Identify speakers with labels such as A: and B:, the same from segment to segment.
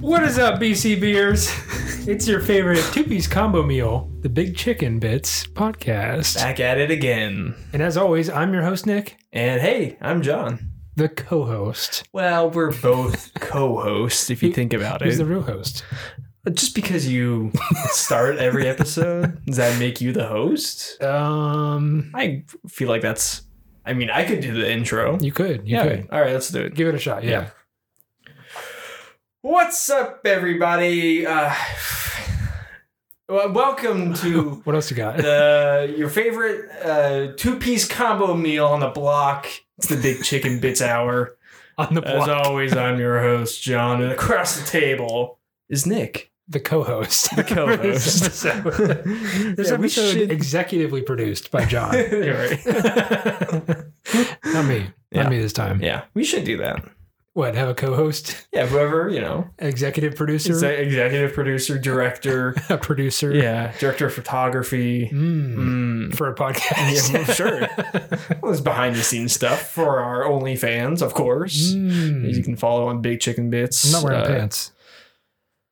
A: What is up, BC Beers? It's your favorite two piece combo meal, the Big Chicken Bits podcast.
B: Back at it again.
A: And as always, I'm your host, Nick,
B: And hey, I'm John.
A: the co host.
B: Well, we're both co-hosts if you think about
A: Who's
B: it.
A: the real host?
B: uh, Just because you start every episode, does that make you the host?
A: Um,
B: I feel like that's I mean, I could do the intro.
A: You could. You
B: yeah.
A: could.
B: All right, let's do it.
A: Give it a shot. Yeah.
B: What's up everybody? Uh well, welcome to
A: What else you got?
B: Uh, the your favorite uh, two piece combo meal on the block. It's the Big Chicken Bits Hour.
A: On the
B: As
A: block,
B: always, I'm your host John, and across the table is Nick,
A: the co host.
B: the co-host.
A: this episode, this
B: Yeah, we
A: episode
B: should-
A: executively produced by John.
B: You're right.
A: Not me.
B: Yeah.
A: Not me this time.
B: yeah, we should do that.
A: What? Have a co host,
B: Yeah, whoever you know,
A: executive producer,
B: exe- executive producer, director,
A: a producer.
B: yeah, director of photography.
A: Mm,
B: Mm.
A: For a podcast.
B: Yeah, well, sure. Well, it's behind the scenes stuff for our OnlyFans, of course.
A: Mm.
B: You can follow on Big Chicken Bits.
A: I'm not wearing
B: Uh,
A: pants.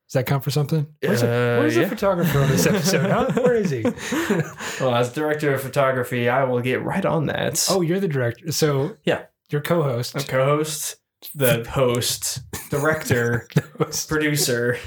A: Does that count for something? Where's, the,
B: Uh,
A: where's the
B: yeah.
A: photographer on this episode? huh? Where is he?
B: well, as director of photography, I will get right on that.
A: Oh, you're the director. So
B: Yeah.
A: your co-host.
B: I'm co-host, the host, director,
A: I
B: producer,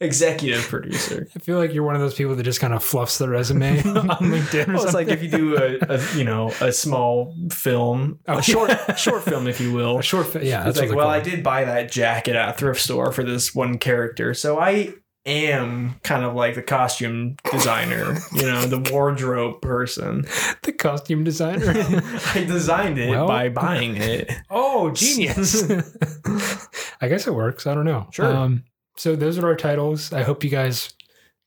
B: executive producer.
A: feel like you're one of those people that just kind of fluffs the resume on LinkedIn. Or
B: Well, it's
A: something.
B: like if you do a, a you know a small film,
A: Oh,
B: a short short film, if you will.
A: a short. Fi- yeah, that's
B: It's like,
A: really
B: well, I
A: cool.
B: did buy that jacket at a thrift store for this one character, so I am kind of like the costume designer, you know, the wardrobe person.
A: the costume designer.
B: I designed it
A: Well-
B: by buying it.
A: oh, genius! I guess it works. I don't know.
B: Sure.
A: Um, so those are our titles. I hope you guys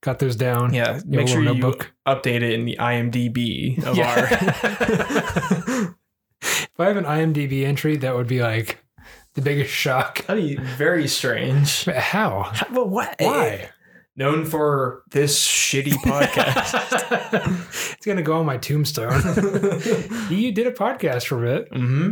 A: got those down.
B: Yeah,
A: Your
B: make sure
A: little
B: you
A: notebook.
B: update it in the IMDb of our.
A: If I have an IMDb entry, that would be like the biggest shock.
B: That'd be very strange.
A: But How?
B: Well, what?
A: Why?
B: Known for this shitty podcast. uh,
A: it's gonna go on my tombstone. you did a podcast from it.
B: hmm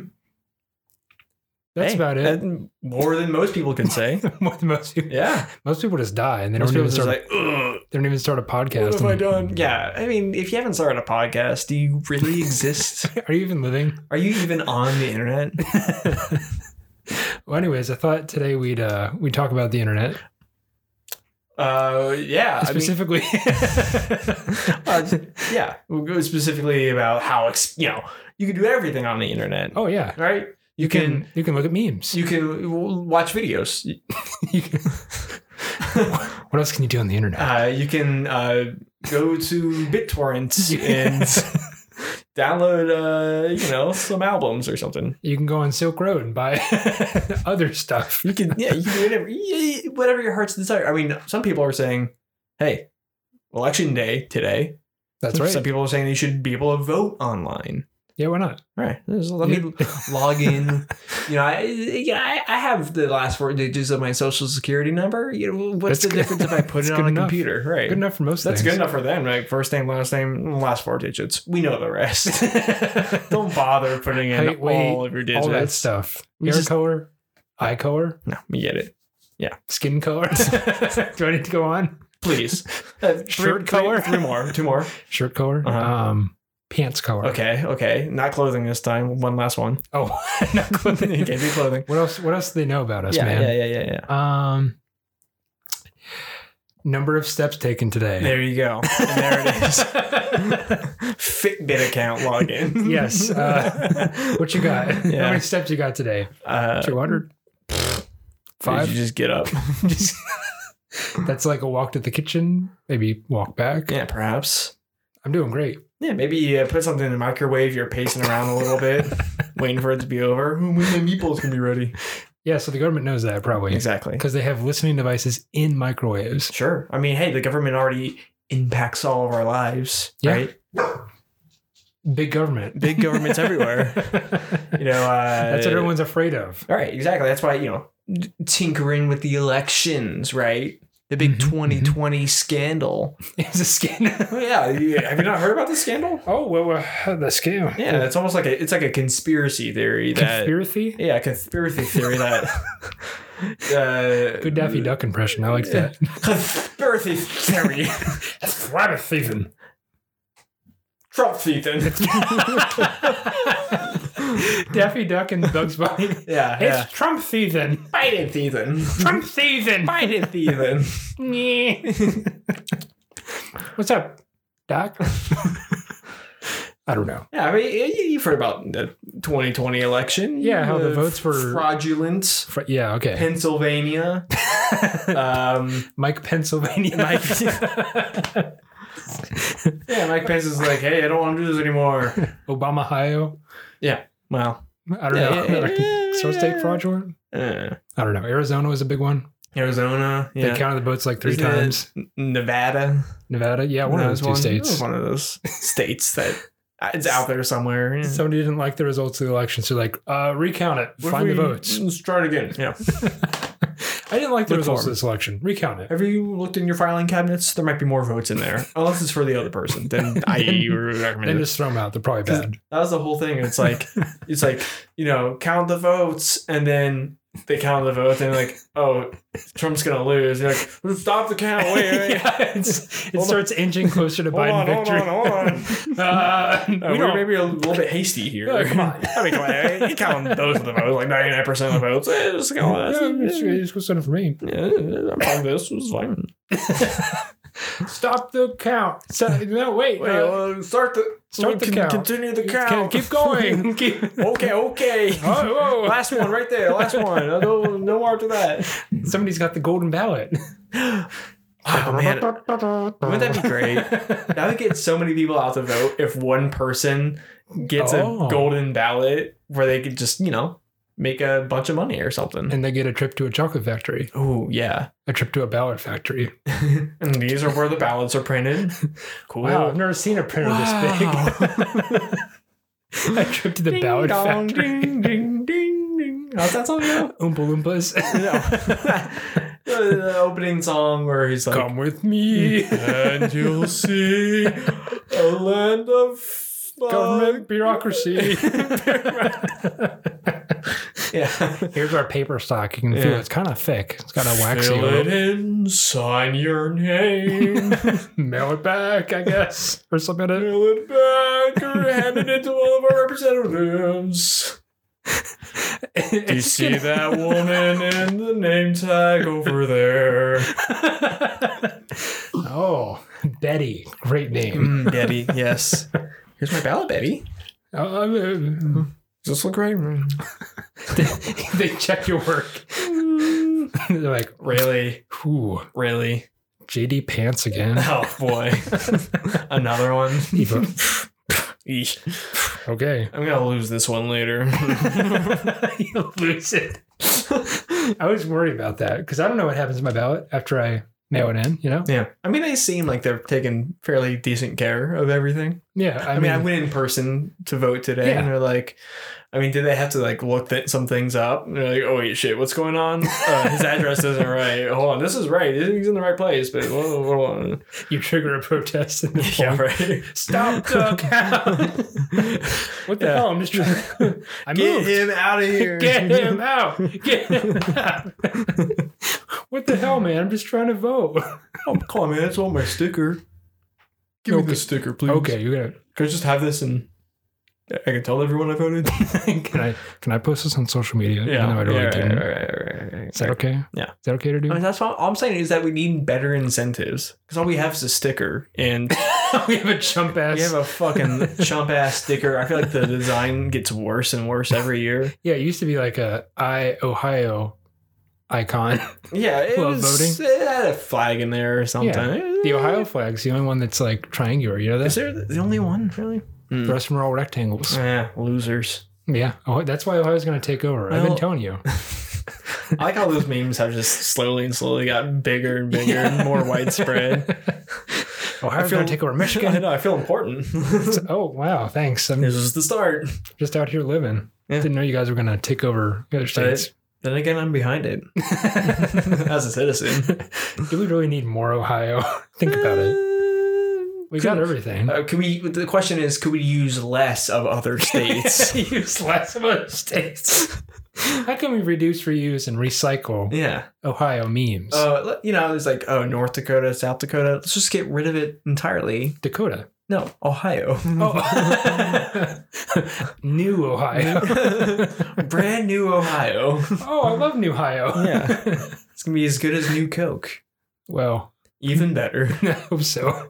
A: That's about it.
B: more than most people can say.
A: What the most people,
B: yeah.
A: most people just die and they
B: Most
A: don't
B: people
A: even
B: just
A: start.
B: like, Ugh,
A: they don't even start a podcast.
B: what have I
A: and-
B: done? Yeah. I mean, if you haven't started a podcast, do you really exist?
A: Are you even living?
B: Are you even on the internet?
A: Well, anyways, I thought today we'd uh we would talk about the internet
B: Uh, yeah. I mean,
A: specifically.
B: uh, yeah. We'll go specifically about how, ex- you know, you can do everything on the internet,
A: oh yeah,
B: right? You can
A: you can look at memes.
B: you can w- watch videos.
A: You can- what else can you do on the internet?
B: Uh, you can uh, go to BitTorrent and download, uh, you know, some albums or something.
A: you can go on Silk Road and buy other stuff.
B: You can, yeah, you can do whatever, y- y- whatever your heart's desire. I mean, some people are saying, "Hey, election day today."
A: That's
B: some,
A: right.
B: Some people are saying you should be able to vote online.
A: Yeah, why not?
B: Right. There's- Let me log in. You know, I, yeah, I, I have the last four digits of my social security number. You know, what's
A: That's
B: the
A: good.
B: difference if I put
A: That's
B: it
A: good
B: on a
A: enough.
B: computer? Right.
A: Good enough for most
B: That's
A: things.
B: good enough for them. Like first name, last name, last four digits. We know the rest. Don't bother putting in
A: Height, weight,
B: all of your digits.
A: All that stuff.
B: We
A: Hair
B: just-
A: color, eye color,
B: No, we get it.
A: skin color. do I need to go on?
B: Please. Uh, three-
A: Shirt
B: three-
A: color?
B: Three, more. Two more.
A: Shirt color,
B: Uh-huh.
A: um, pants color.
B: Okay. Okay. Not clothing this time. One last one.
A: Oh, not
B: it can't
A: clothing.
B: be clothing.
A: what else? What else do they know about us,
B: yeah,
A: man?
B: yeah. Yeah. Yeah. Yeah.
A: Um, number of steps taken today.
B: There you go. And there it is. Fitbit account login.
A: Yes, uh, What you got? How
B: Yeah.
A: many steps you got today?
B: Uh,
A: Two hundred.
B: did
A: Five.
B: you just get up?
A: Just- that's like a walk to the kitchen, maybe walk back.
B: Yeah, perhaps.
A: I'm doing great.
B: Yeah, maybe uh, put something in the microwave. You're pacing around a little bit, waiting for it to be over. When my meatballs can be ready.
A: Yeah, so the government knows that probably
B: Exactly.
A: because they have listening devices in microwaves.
B: Sure. I mean, hey, the government already impacts all of our lives,
A: Yeah.
B: right?
A: Big government.
B: Big government's everywhere. You know, uh,
A: That's what everyone's afraid of.
B: All right, exactly. That's why you know, d- tinkering with the elections, right? The big
A: Mhm,
B: 2020 scandal.
A: It's a scam.
B: Oh, yeah, yeah. Have you not heard about this scandal?
A: Oh well, uh, the scam.
B: Yeah, it's almost like a it's like a conspiracy theory that
A: Conspiracy.
B: Yeah, conspiracy theory that Uh,
A: Good Daffy Duck impression. I like that.
B: Conspiracy theory.
A: That's rabbit thieving.
B: Trump season.
A: Daffy Duck and Bugs Bunny. It's
B: Yeah, yeah.
A: Trump season.
B: Biden season.
A: Trump season.
B: Biden season.
A: What's up, Doc? I don't know.
B: Yeah, I mean, you- you've heard about the 2020 election.
A: Yeah, how the
B: Uh,
A: votes were-
B: fraudulent.
A: Fr- yeah, okay.
B: Pennsylvania. um,
A: Mike Pennsylvania.
B: Mike- yeah, Mike Pence is like, hey, I don't want to do this anymore.
A: Obama, Ohio.
B: Well,
A: I don't know. Source state fraudulent.
B: Uh,
A: I don't know. Arizona was a big one.
B: Arizona. Yeah.
A: They counted the votes like 3
B: Isn't it-
A: times.
B: Nevada.
A: Nevada. Yeah, one of those two
B: one,
A: states.
B: that was one of those states that uh, it's out there somewhere. Yeah.
A: Somebody didn't like the results of the election, so like uh, recount it,
B: What if
A: find the
B: we-
A: votes.
B: Let's try it again. Yeah.
A: I didn't like the
B: Look
A: results
B: for 'em.
A: of this election. Recount it.
B: Have you looked in your filing cabinets? There might be more votes in there. Unless it's for the other person, then I recommend
A: Then
B: it.
A: just throw them out. They're probably bad.
B: That was the whole thing. It's like it's like you know count the votes, and then they count the votes, and like oh Trump's gonna lose. You're like stop the count. Oh, Wait, wait.
A: Yeah, it's- it
B: Hold on.
A: starts inching closer to
B: Hold
A: Biden
B: on, hold
A: victory.
B: on, hold on.
A: Uh,
B: Uh,
A: we
B: we are
A: don't-
B: maybe a little bit hasty here.
A: Yeah, come on.
B: I mean, come on. eh, You count those of the votes, like ninety nine percent of the votes. Eh, just count
A: Yeah, it's-
B: that.
A: it's what's in it for me.
B: Yeah, I'm fine. with This It's fine.
A: Stop the count. So, no, wait.
B: Wait,
A: uh,
B: uh, start the
A: Start the
B: con-
A: count.
B: Continue the
A: can-
B: count.
A: keep going. Keep-
B: okay, okay.
A: Oh, whoa.
B: Last one, right there. Last one. Uh, No, no more after that.
A: Somebody's got the golden ballot.
B: Oh man, wouldn't that be great? That would get so many people out to vote if one person gets
A: Oh.
B: a golden ballot where they could just you know make a bunch of money or something.
A: and they get a trip to a chocolate factory,
B: Oh yeah,
A: a trip to a ballot factory.
B: and these are where the ballots are printed. Cool.
A: Wow, I've never seen a printer this big. a trip to the
B: Ding
A: ballot
B: dong,
A: factory.
B: Ding, ding, ding, ding. How's that song go?
A: Oompa Loompas.
B: No. the, the opening song where he's like,
A: Come with me.
B: and you'll see a land of fun."
A: Government bureaucracy.
B: Yeah.
A: Here's our paper stock. You can feel
B: Yeah.
A: it's kind of thick. It's got a waxy
B: Fill it
A: little.
B: in, sign your name,
A: Mail it back, I guess, or submit it.
B: fill it back, or hand it in to all of our representatives. Do you
A: It's
B: see
A: gonna-
B: that woman in the name tag over there?
A: oh, Betty, great name.
B: Mm, Betty, yes. Here's my ballot, Betty.
A: Uh,
B: Does this look right?
A: they check your work. They're like,
B: really?
A: ooh,
B: Really?
A: JD pants again.
B: Oh boy. Another one.
A: Eva.
B: Eesh.
A: Okay.
B: I'm gonna lose this one later.
A: you lose it. I was worried about that because I don't know what happens to my ballot after I mail it in, you know?
B: yeah. I mean they seem like they're taking fairly decent care of everything.
A: Yeah.
B: I,
A: I,
B: mean,
A: mean,
B: I went in person to vote today
A: Yeah.
B: and they're like I mean, did they have to like look th- some things up? And they're like, "Oh wait, shit, what's going on? Uh, his address isn't right. Hold on, this is right. He's in the right place." But whoa, hold on,
A: you trigger a protest and
B: yeah, right.
A: stop the count. what the
B: Yeah.
A: hell? I'm just trying. I
B: Get
A: moved.
B: him out of here.
A: Get him out. Get him out. what the hell, man? I'm just trying to vote.
B: Oh, come on, man. It's on my sticker. Give me
A: Okay.
B: the sticker, please.
A: Okay, you got
B: Can I just have this and I can tell everyone I voted?
A: it. Can I can I post this on social media? Even though I really didn't. Is that okay?
B: Yeah.
A: Is that okay to do?
B: I mean, that's what all I'm saying is that we need better incentives because all we have is a sticker and
A: we have a chump ass.
B: we have a fucking chump ass sticker. I feel like the design gets worse and worse every year.
A: Yeah, it used to be like a I Ohio icon.
B: Yeah, it
A: Well,
B: was, It had a flag in there or something. Eh,
A: The Ohio flag's the only one that's like triangular. You know
B: is
A: that?
B: there the only one really?
A: The rest of them are all rectangles.
B: Yeah, Hmm. Eh, losers.
A: Yeah, oh, that's why Ohio's going to take over. I've been
B: Well-
A: telling you.
B: I like how those memes have just slowly and slowly gotten bigger and bigger and more widespread.
A: Ohio's
B: feel-
A: going to take over
B: I
A: Michigan.
B: know. I feel important.
A: oh wow, thanks. I'm
B: this is the start.
A: just out here living.
B: Yeah.
A: Didn't know you guys were going to take over the other states.
B: Then again, I'm behind it as a citizen.
A: Do we really need more Ohio? Think about it. We got everything.
B: Uh, could we? The question is, could we use less of other states?
A: use less of other states. How can we reduce, reuse, and recycle
B: yeah.
A: Ohio memes?
B: Uh, let- you know, it's like oh, North Dakota, South Dakota. Let's just get rid of it entirely.
A: Dakota.
B: No, Ohio.
A: Oh. New Ohio.
B: Brand new Ohio.
A: oh, I love New Ohio.
B: Yeah. It's gonna be as good as new Coke.
A: well,
B: Even better.
A: I hope so.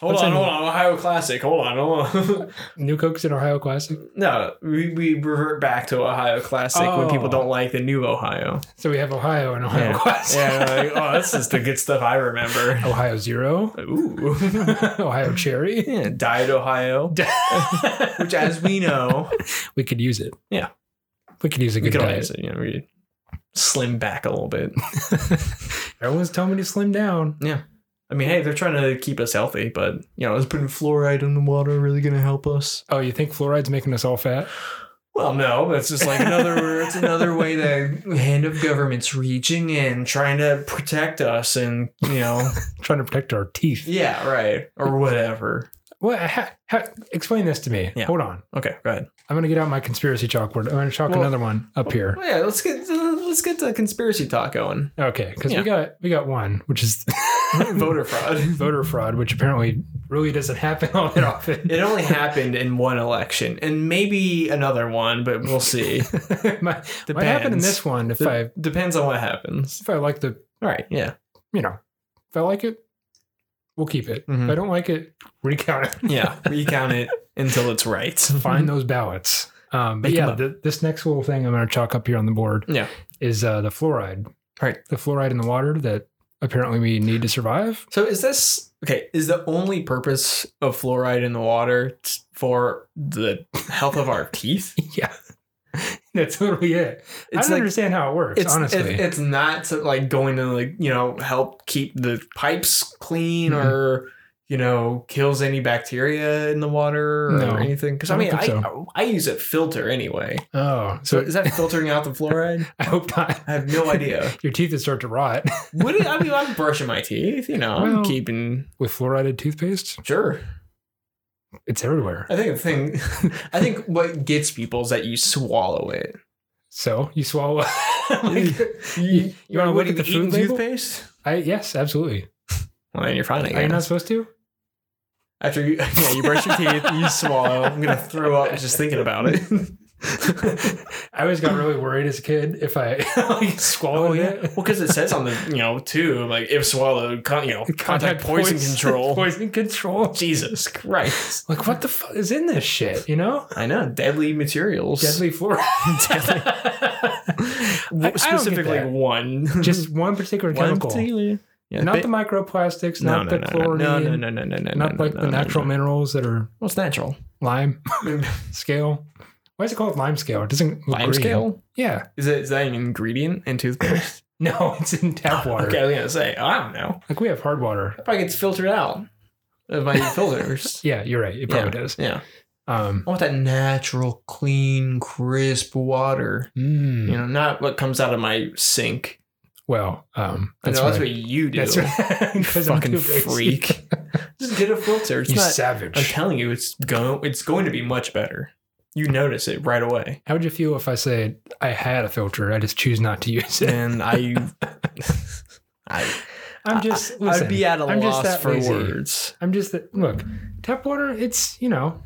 B: Hold
A: What's
B: on,
A: in-
B: hold on. Ohio Classic. Hold on, hold on.
A: New Coke's an Ohio classic.
B: no, we, we revert back to Ohio Classic when people
A: Oh.
B: don't like the new Ohio.
A: So we have Ohio and Ohio classic.
B: Yeah, like, oh, that's just the good stuff I remember.
A: Ohio Zero.
B: Ooh.
A: Ohio Cherry.
B: Yeah, Diet Ohio, which, as we know,
A: we could use it.
B: Yeah.
A: We could use a
B: we
A: good
B: can
A: diet.
B: always you know, we slim back a little bit.
A: Everyone's telling me to slim down.
B: I mean, hey, they're trying to keep us healthy, but you know, is putting fluoride in the water really going to help us?
A: Oh, you think fluoride's making us all fat?
B: Well, no, that's just like another. it's another way the hand of government's reaching in, trying to protect us, and you know,
A: trying to protect our teeth.
B: yeah, right, or whatever.
A: Well, ha, ha, explain this to me.
B: Yeah.
A: Hold on.
B: Okay, go ahead.
A: I'm going to get out my conspiracy chalkboard. I'm going to chalk
B: Well-
A: another one up here.
B: Well, yeah, let's get let's get the conspiracy talk going.
A: Okay, because
B: Yeah.
A: we got we got one, which is
B: Voter fraud.
A: voter fraud, which apparently really doesn't happen all that often.
B: It only happened in one election, and maybe another one, but we'll see.
A: might, might happen in this one if I
B: depends on what happens.
A: if I like the
B: All right, yeah,
A: you know if I like it, we'll keep it. If
B: Mhm.
A: I don't like it, recount it.
B: yeah. Recount it until it's right.
A: Find those ballots. Um, but
B: Make 'em
A: yeah,
B: up.
A: th- this next little thing I'm going to chalk up here on the board
B: Yeah.
A: is uh, the fluoride.
B: Right.
A: The fluoride in the water that apparently we need to survive.
B: So is this okay? Is the only purpose of fluoride in the water t- for the health of our teeth?
A: Yeah. That's totally it. I
B: It's
A: don't
B: like
A: understand how it works,
B: it's
A: honestly.
B: it- it's not to, like going to like you know help keep the pipes clean
A: Mhm.
B: or you know kills any bacteria in the water or
A: No,
B: anything. Because
A: I
B: I,
A: don't
B: mean, I,
A: think
B: I use a filter anyway.
A: oh,
B: So
A: so
B: is that filtering out the fluoride?
A: I hope not.
B: I have no idea.
A: Your teeth would start to rot
B: Would it, I mean, I'm brushing my teeth. You know,
A: Well-
B: I'm keeping
A: with fluoridated toothpaste.
B: sure.
A: It's everywhere.
B: I think the thing, I think what gets people is that you swallow it.
A: So you swallow.
B: You,
A: you wanna look
B: what,
A: at the
B: you've eaten
A: food label?
B: toothpaste?
A: I yes, absolutely.
B: Well, then you're fine.
A: Are
B: I
A: you
B: guess.
A: not supposed to?
B: After you, yeah, you brush your teeth, you swallow. I'm gonna throw up just thinking about it.
A: I always got really worried as a kid if I like, swallowed
B: well,
A: it.
B: because it says on the you know too, like if swallowed, con- you know, contact, poison, control.
A: Poison control.
B: Jesus Christ!
A: Like what the fuck is in this shit? You know,
B: I know deadly materials.
A: deadly fluoride. I- I don't get
B: Specifically,
A: that.
B: one.
A: Just one particular
B: one
A: chemical.
B: particular. Yeah,
A: not
B: ba-
A: the microplastics,
B: no,
A: not
B: no,
A: the
B: no,
A: chlorine,
B: no, no, no, no, no, no,
A: not
B: no,
A: like
B: no,
A: the
B: no,
A: natural
B: No.
A: minerals that are
B: Well, it's natural.
A: lime
B: Lime
A: scale. Why is it called lime scale? It doesn't look green.
B: scale.
A: Yeah.
B: Is it is that an ingredient in toothpaste?
A: No, it's in tap water.
B: Okay, I was gonna say I don't know.
A: Like we have hard water.
B: It probably gets filtered out of my filters.
A: Yeah, you're right. It probably does.
B: Yeah.
A: Um,
B: I want that natural, clean, crisp water.
A: mm,
B: You know, not what comes out of my sink.
A: Well, um,
B: I
A: that's,
B: know that's
A: what
B: what you do.
A: that's what
B: You
A: 'cause I'm
B: fucking
A: too lazy.
B: freak. Just get a filter. It's
A: You
B: not,
A: savage.
B: I'm telling you, it's going it's going to be much better. You notice it right away.
A: How would you feel if I said I had a filter? I just choose not to use it.
B: And I I
A: I'm just.
B: I'd
A: listen,
B: be at a
A: I'm just
B: loss
A: that
B: for
A: lazy.
B: words.
A: I'm just that. Look, tap water. It's you know,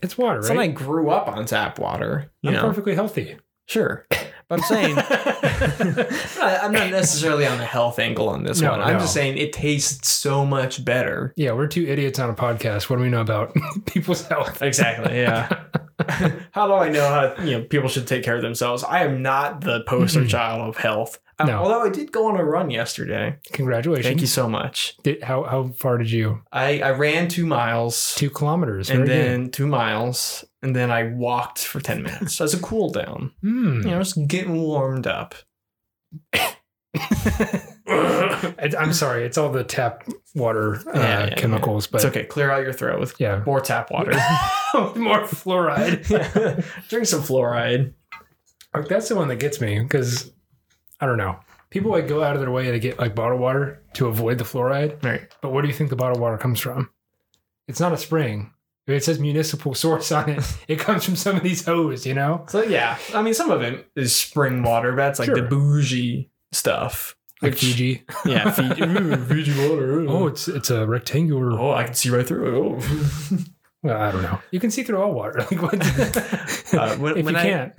A: it's water,
B: It's
A: right?
B: not like I grew up on tap water. You
A: I'm
B: know,
A: perfectly healthy.
B: sure, but I'm saying I- I'm not necessarily on the health angle on this
A: No,
B: one. I'm
A: no.
B: just saying it tastes so much better.
A: yeah, we're two idiots on a podcast. What do we know about people's health?
B: Exactly. Yeah. how do I know how you know people should take care of themselves? I am not the poster
A: Mhm.
B: child of health. Um,
A: No.
B: Although I did go on a run yesterday.
A: Congratulations.
B: Thank you so much.
A: Did, how how far did you?
B: I, I ran two miles
A: Two kilometers.
B: and
A: Very
B: then two miles and then I walked for ten minutes as a cool down.
A: good. Hmm.
B: You know, just getting warmed up.
A: It-
B: it's
A: I'm sorry, it's all the tap water uh,
B: Yeah, yeah,
A: chemicals, but
B: okay. Clear out your throat with
A: yeah,
B: more tap water.
A: more fluoride.
B: Drink some fluoride.
A: Like, that's the one that gets me because I don't know. People like go out of their way to get like bottled water to avoid the fluoride,
B: Right.
A: but where do you think the bottled water comes from? It's not a spring. If It says municipal source on it. It comes from some of these hoses, you know?
B: So yeah, I mean, some of it is spring water, but that's like the
A: Sure.
B: bougie stuff.
A: Like
B: Which-
A: Fiji.
B: Yeah, Fiji, Ooh, Fiji water. ooh.
A: Oh, it's it's a rectangular.
B: oh, I can see right through it. Oh.
A: Well, I don't know. You can see through all water. Like what?
B: Uh, when-
A: if
B: when
A: you
B: I-
A: can't,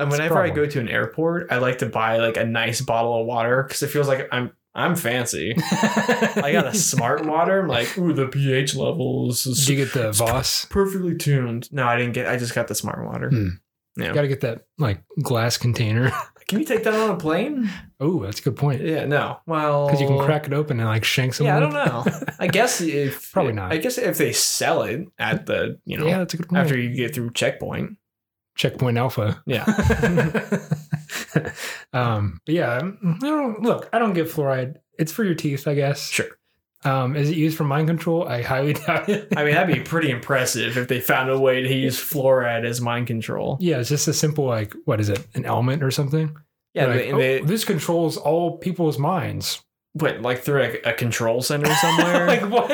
B: And
A: It's a
B: whenever I
A: problem.
B: go to an airport, I like to buy like a nice bottle of water because it feels like I'm I'm fancy. I got a smart water. I'm like, ooh, the pH level is
A: Did
B: is
A: you get the Voss?
B: perfectly tuned. No, I didn't get. I just got the smart water.
A: Hmm.
B: Yeah.
A: Got to get that like glass container.
B: Can you take that on a plane?
A: Oh, that's a good point.
B: Yeah. No. Well,
A: Because you can crack it open and like shank someone.
B: Yeah, I don't
A: with-
B: know. I guess if
A: Probably not.
B: I guess if they sell it at the you know
A: Yeah, Hmm. that's a good point.
B: after you get through checkpoint.
A: checkpoint alpha.
B: Yeah.
A: um, but yeah, I don't, look, I don't get fluoride. It's for your teeth, I guess.
B: Sure.
A: Um, is it used for mind control? I highly doubt it.
B: I mean, that'd be pretty impressive if they found a way to use fluoride as mind control.
A: yeah, it's just a simple like what is it, an element or something?
B: Yeah.
A: Like,
B: they,
A: oh,
B: they,
A: this controls all people's minds.
B: Wait, like through a, a control center somewhere?
A: like what?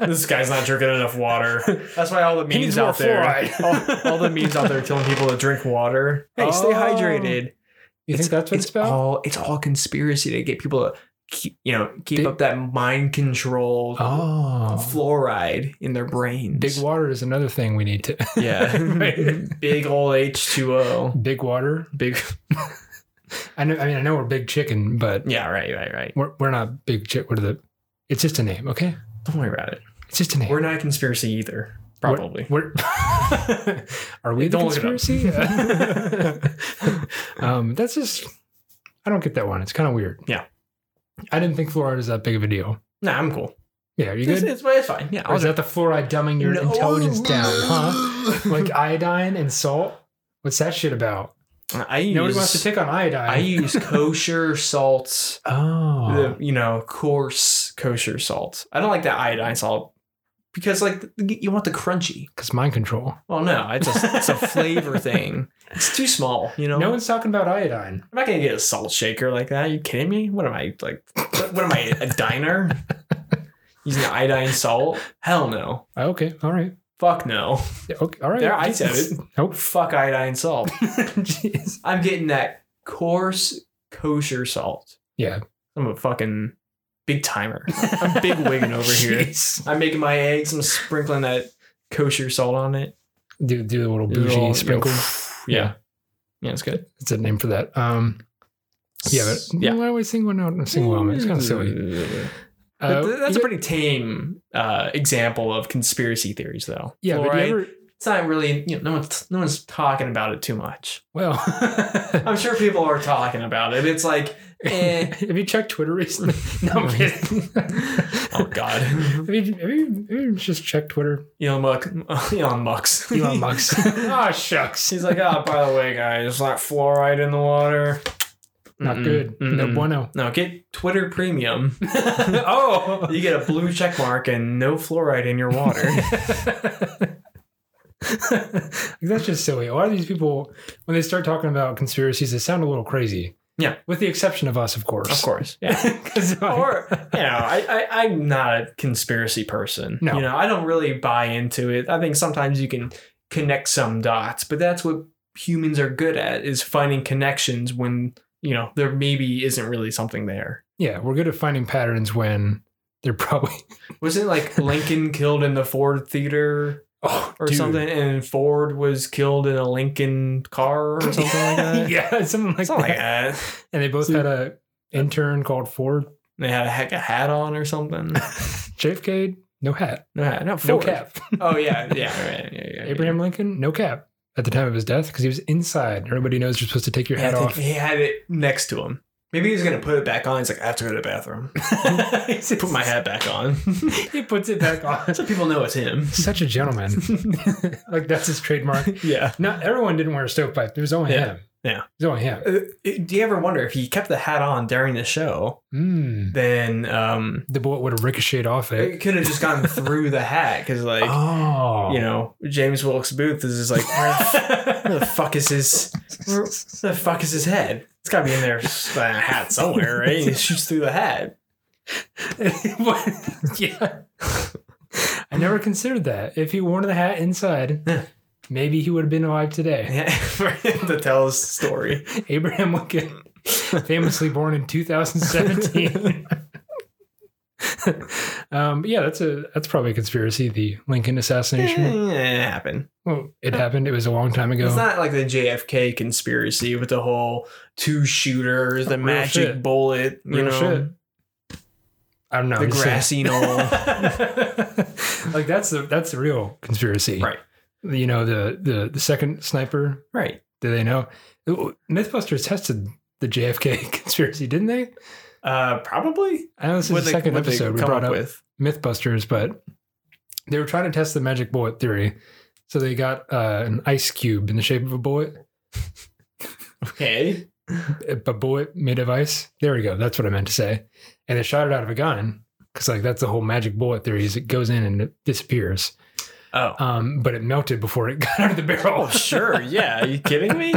B: this guy's not drinking enough water. That's why all the
A: He needs
B: memes
A: more
B: out there,
A: fluoride.
B: all, all the memes out there telling people to drink water. Hey, stay
A: Oh.
B: hydrated.
A: you think that's what it's, about?
B: All, it's all conspiracy to get people to keep, you know, keep
A: Big-
B: up that mind control Um,
A: oh,
B: fluoride in their brains.
A: big water is another thing we need to.
B: yeah,
A: Right.
B: big old H two O.
A: big water.
B: Big.
A: I know. I mean, I know we're big chicken, but
B: Yeah, right, right, right.
A: we're, we're not big chick. What are the? It's just a name, okay?
B: Don't worry about it.
A: It's just a name.
B: We're not a conspiracy either. Probably.
A: We're, are we the
B: Don't look it up.
A: conspiracy? um, that's just. I don't get that one. It's kind of weird.
B: Yeah.
A: I didn't think fluoride is that big of a deal.
B: Nah, I'm cool.
A: Yeah, are you
B: It's,
A: good?
B: it's, it's fine. Yeah,
A: Or is that the fluoride dumbing your
B: No.
A: intelligence down, huh? Like iodine and salt? What's that shit about?
B: I use,
A: Nobody wants to pick on iodine.
B: I use kosher salts.
A: oh.
B: The you know coarse kosher salt. I don't like that iodine salt because like you want the crunchy.
A: Because mind control.
B: Well, no, it's a, it's a flavor thing. It's too small. You know,
A: No one's talking about iodine.
B: I'm not gonna get a salt shaker like that. Are you kidding me? What am I like? What, what am I a diner? Using iodine salt? Hell no.
A: Oh, okay. All right.
B: Fuck no.
A: Yeah, okay. All right.
B: There, I said it.
A: Nope.
B: Fuck iodine salt.
A: Jeez.
B: I'm getting that coarse kosher salt.
A: Yeah.
B: I'm a fucking big timer. I'm big wiggin' over here.
A: Jeez.
B: I'm making my eggs. I'm sprinkling that kosher salt on it.
A: Do do a little
B: It'll
A: bougie
B: all-
A: sprinkle.
B: Yeah. Yeah, it's good.
A: It's a name for that. Um, yeah, but
B: yeah.
A: why always sing one out and sing well? It's kind of silly.
B: But
A: Uh,
B: th- that's a
A: you-
B: pretty tame uh, example of conspiracy theories, though.
A: yeah, but
B: Fluoride,
A: you ever,
B: it's not really you know no one's no one's talking about it too much.
A: well,
B: I'm sure people are talking about it. It's like, eh.
A: have you checked Twitter recently? No, I'm kidding.
B: oh god,
A: Have you, have, you, have you just checked Twitter?
B: Elon Musk, Elon Musk,
A: Elon Musk. Ah, shucks.
B: She's like, oh, by the way, guys, that fluoride in the water.
A: Not
B: Mm-mm,
A: good. No
B: mm-mm.
A: bueno.
B: No, get Twitter Premium.
A: oh.
B: You get a blue check mark and no fluoride in your water.
A: That's just silly. A lot of these people, when they start talking about conspiracies, they sound a little crazy.
B: Yeah.
A: With the exception of us, of course.
B: of course. Yeah.
A: 'Cause, like,
B: Or, you know, I, I, I'm not a conspiracy person.
A: No.
B: You know, I don't really buy into it. I think sometimes you can connect some dots, but that's what humans are good at is finding connections when, you know, there maybe isn't really something there.
A: yeah, we're good at finding patterns when they're probably
B: Wasn't it like Lincoln killed in the Ford Theater
A: oh,
B: or
A: dude.
B: something, and Ford was killed in a Lincoln car or something like that.
A: yeah, something like that.
B: something like that.
A: And they both
B: So-
A: had a intern called Ford.
B: They had a heck a hat on or something.
A: JFK, no hat,
B: No hat, no,
A: no
B: Ford.
A: cap.
B: Oh yeah, yeah, right, yeah, yeah.
A: Abraham Lincoln, no cap at the time of his death because he was inside. Everybody knows you're supposed to take your
B: Yeah,
A: hat
B: I think
A: off.
B: He had it next to him. Maybe he was gonna put it back on. He's like, I have to go to the bathroom. put my hat back on.
A: he puts it back on.
B: so people know it's him.
A: Such a gentleman. like that's his trademark.
B: Yeah.
A: Not everyone didn't wear a stovepipe. It was only
B: Yeah.
A: him.
B: Yeah.
A: It was only him.
B: Uh, do you ever wonder if he kept the hat on during the show,
A: Mm.
B: then um,
A: The bullet would have ricocheted off it.
B: it could have just gone through the hat? Because like,
A: oh.
B: you know, James Wilkes Booth is just like, where the, f- where the fuck is his, where the fuck is his head? It's gotta be in there, s- uh, hat somewhere, right? He shoots through the hat.
A: What- yeah. I never considered that. If he worn the hat inside,
B: Yeah.
A: maybe he would have been alive today.
B: Yeah, for him to tell his story.
A: Abraham Lincoln, famously born in 2017. um, yeah, that's a that's probably a conspiracy. The Lincoln assassination.
B: Yeah, Eh, it happened.
A: Well, it happened. It was a long time ago.
B: It's not like the JFK conspiracy with the whole two shooters, the
A: Real
B: magic
A: shit.
B: bullet, you
A: Real
B: know,
A: shit. I don't know.
B: the
A: I'm just saying-
B: grassy knoll.
A: like that's the that's the real conspiracy,
B: Right.
A: You know the the the second sniper.
B: right.
A: Do they know? MythBusters tested the JFK conspiracy, didn't they?
B: Uh, probably.
A: I know this is
B: What'd
A: the second
B: what'd
A: episode we
B: come
A: brought
B: up
A: up
B: with.
A: MythBusters, but they were trying to test the magic bullet theory. So they got uh, an ice cube in the shape of a bullet,
B: Okay.
A: a bullet made of ice. There we go. That's what I meant to say. And they shot it out of a gun because, like, that's the whole magic bullet theory: is it goes in and it disappears.
B: Oh.
A: um, but it melted before it got out of the barrel.
B: Oh, sure. Yeah. Are you kidding me?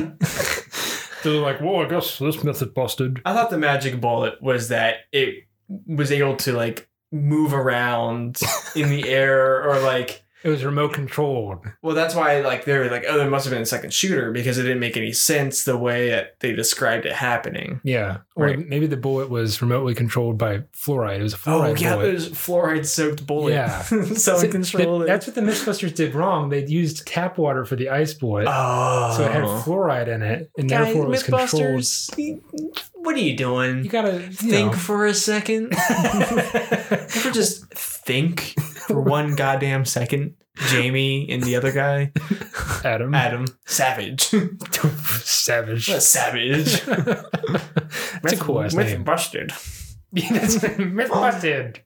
A: They're like, well, I guess this method busted.
B: I thought the magic bullet was that it was able to like move around in the air or like
A: It was remote controlled.
B: well that's why like they were like oh there must have been a second shooter because it didn't make any sense the way that they described it happening
A: Yeah. Or
B: Right.
A: maybe the bullet was remotely controlled by fluoride. It was a
B: oh
A: fluoride
B: yeah
A: bullet.
B: there's fluoride soaked bullet
A: Yeah.
B: so
A: So
B: it controlled
A: that-
B: it.
A: that's what the Mythbusters did wrong. They used tap water for the ice bullet.
B: oh
A: So it had fluoride in it, and
B: Guys,
A: therefore it was controlled.
B: Mythbusters, what are you doing
A: You gotta you
B: think
A: know.
B: for a second Ever just think for one goddamn second, Jamie and the other guy,
A: Adam.
B: Adam, savage,
A: Savage.
B: What a savage.
A: That's a cool ass
B: Myth
A: name.
B: busted.
A: Yeah, that's myth busted.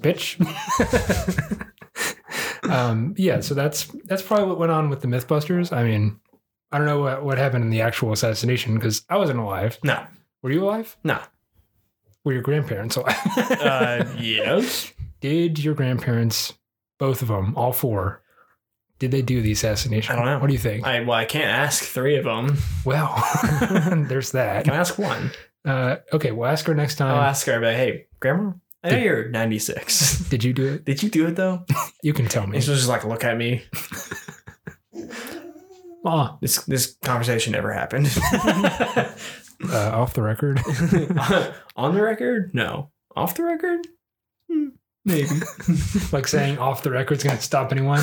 A: Bitch. um, yeah, so that's that's probably what went on with the Mythbusters. I mean, I don't know what, what happened in the actual assassination because I wasn't alive.
B: No.
A: Were you alive?
B: No.
A: Were your grandparents alive?
B: Uh, yes.
A: did your grandparents, both of them, all four, did they do the assassination?
B: I don't know.
A: What do you think?
B: I, well, I can't ask three of them.
A: well, there's that.
B: Can I ask one? Um,
A: Uh, okay, we'll ask her next
B: I'll
A: time.
B: ask her, but hey, Grandma, I know you're 96.
A: did you do it?
B: Did you do it though?
A: You can tell me.
B: And she'll just like look at me.
A: Ah,
B: This this conversation never happened.
A: uh, off the record.
B: On the record? No. Off the record? Hmm, Maybe.
A: like saying off the record's going to stop anyone.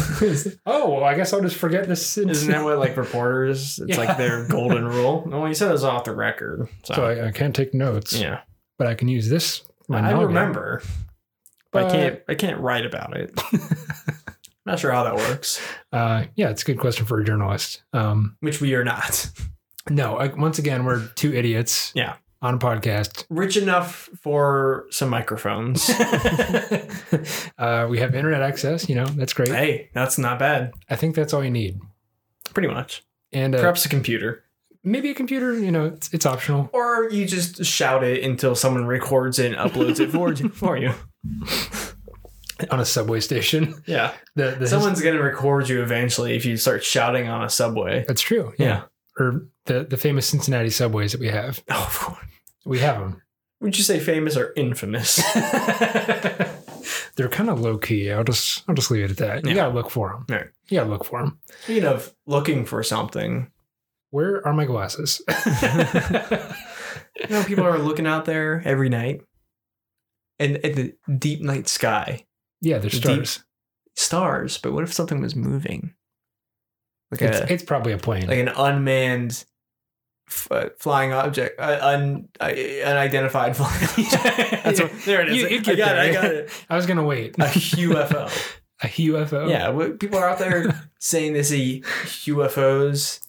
A: Oh, well, I guess I'll just forget this.
B: Isn't that what like reporters? It's like their golden rule. Well, you said it was off the record, so,
A: so I, I can't take notes,
B: yeah,
A: but I can use this. my
B: I
A: noggin.
B: remember. But I can't. I can't write about it. not sure how that works.
A: Uh, yeah, it's a good question for a journalist. Um,
B: Which we are not
A: no, I, once again, we're two idiots.
B: Yeah.
A: On a podcast.
B: rich enough for some microphones.
A: uh, we have internet access. You know, that's great.
B: hey, that's not bad.
A: I think that's all you need.
B: Pretty much.
A: And uh,
B: Perhaps a computer,
A: maybe a computer, you know, it's, it's optional.
B: or you just shout it until someone records it and uploads it for for you.
A: On a subway station.
B: Yeah,
A: The, the
B: someone's gonna record you eventually if you start shouting on a subway.
A: That's true. Or the, the famous Cincinnati subways that we have.
B: Oh, of course.
A: We have them.
B: Would you say famous or infamous?
A: They're kind of low key. I'll just I'll just leave it at that. You
B: Yeah.
A: gotta look for them.
B: Right.
A: You gotta look for them.
B: Speaking of looking for something,
A: Where are my glasses?
B: you know, people are looking out there every night and at the deep night sky,
A: yeah, they're
B: Deep.
A: stars.
B: stars. But what if something was moving? Like,
A: It's,
B: a,
A: it's probably a plane.
B: like an unmanned f- uh, flying object, uh, un, uh, unidentified flying object.
A: That's what-
B: there it is.
A: You- you
B: I
A: get
B: got
A: there.
B: it. I got it.
A: I was gonna wait.
B: A UFO.
A: a UFO.
B: Oh. Yeah, what, people are out there saying they see UFOs,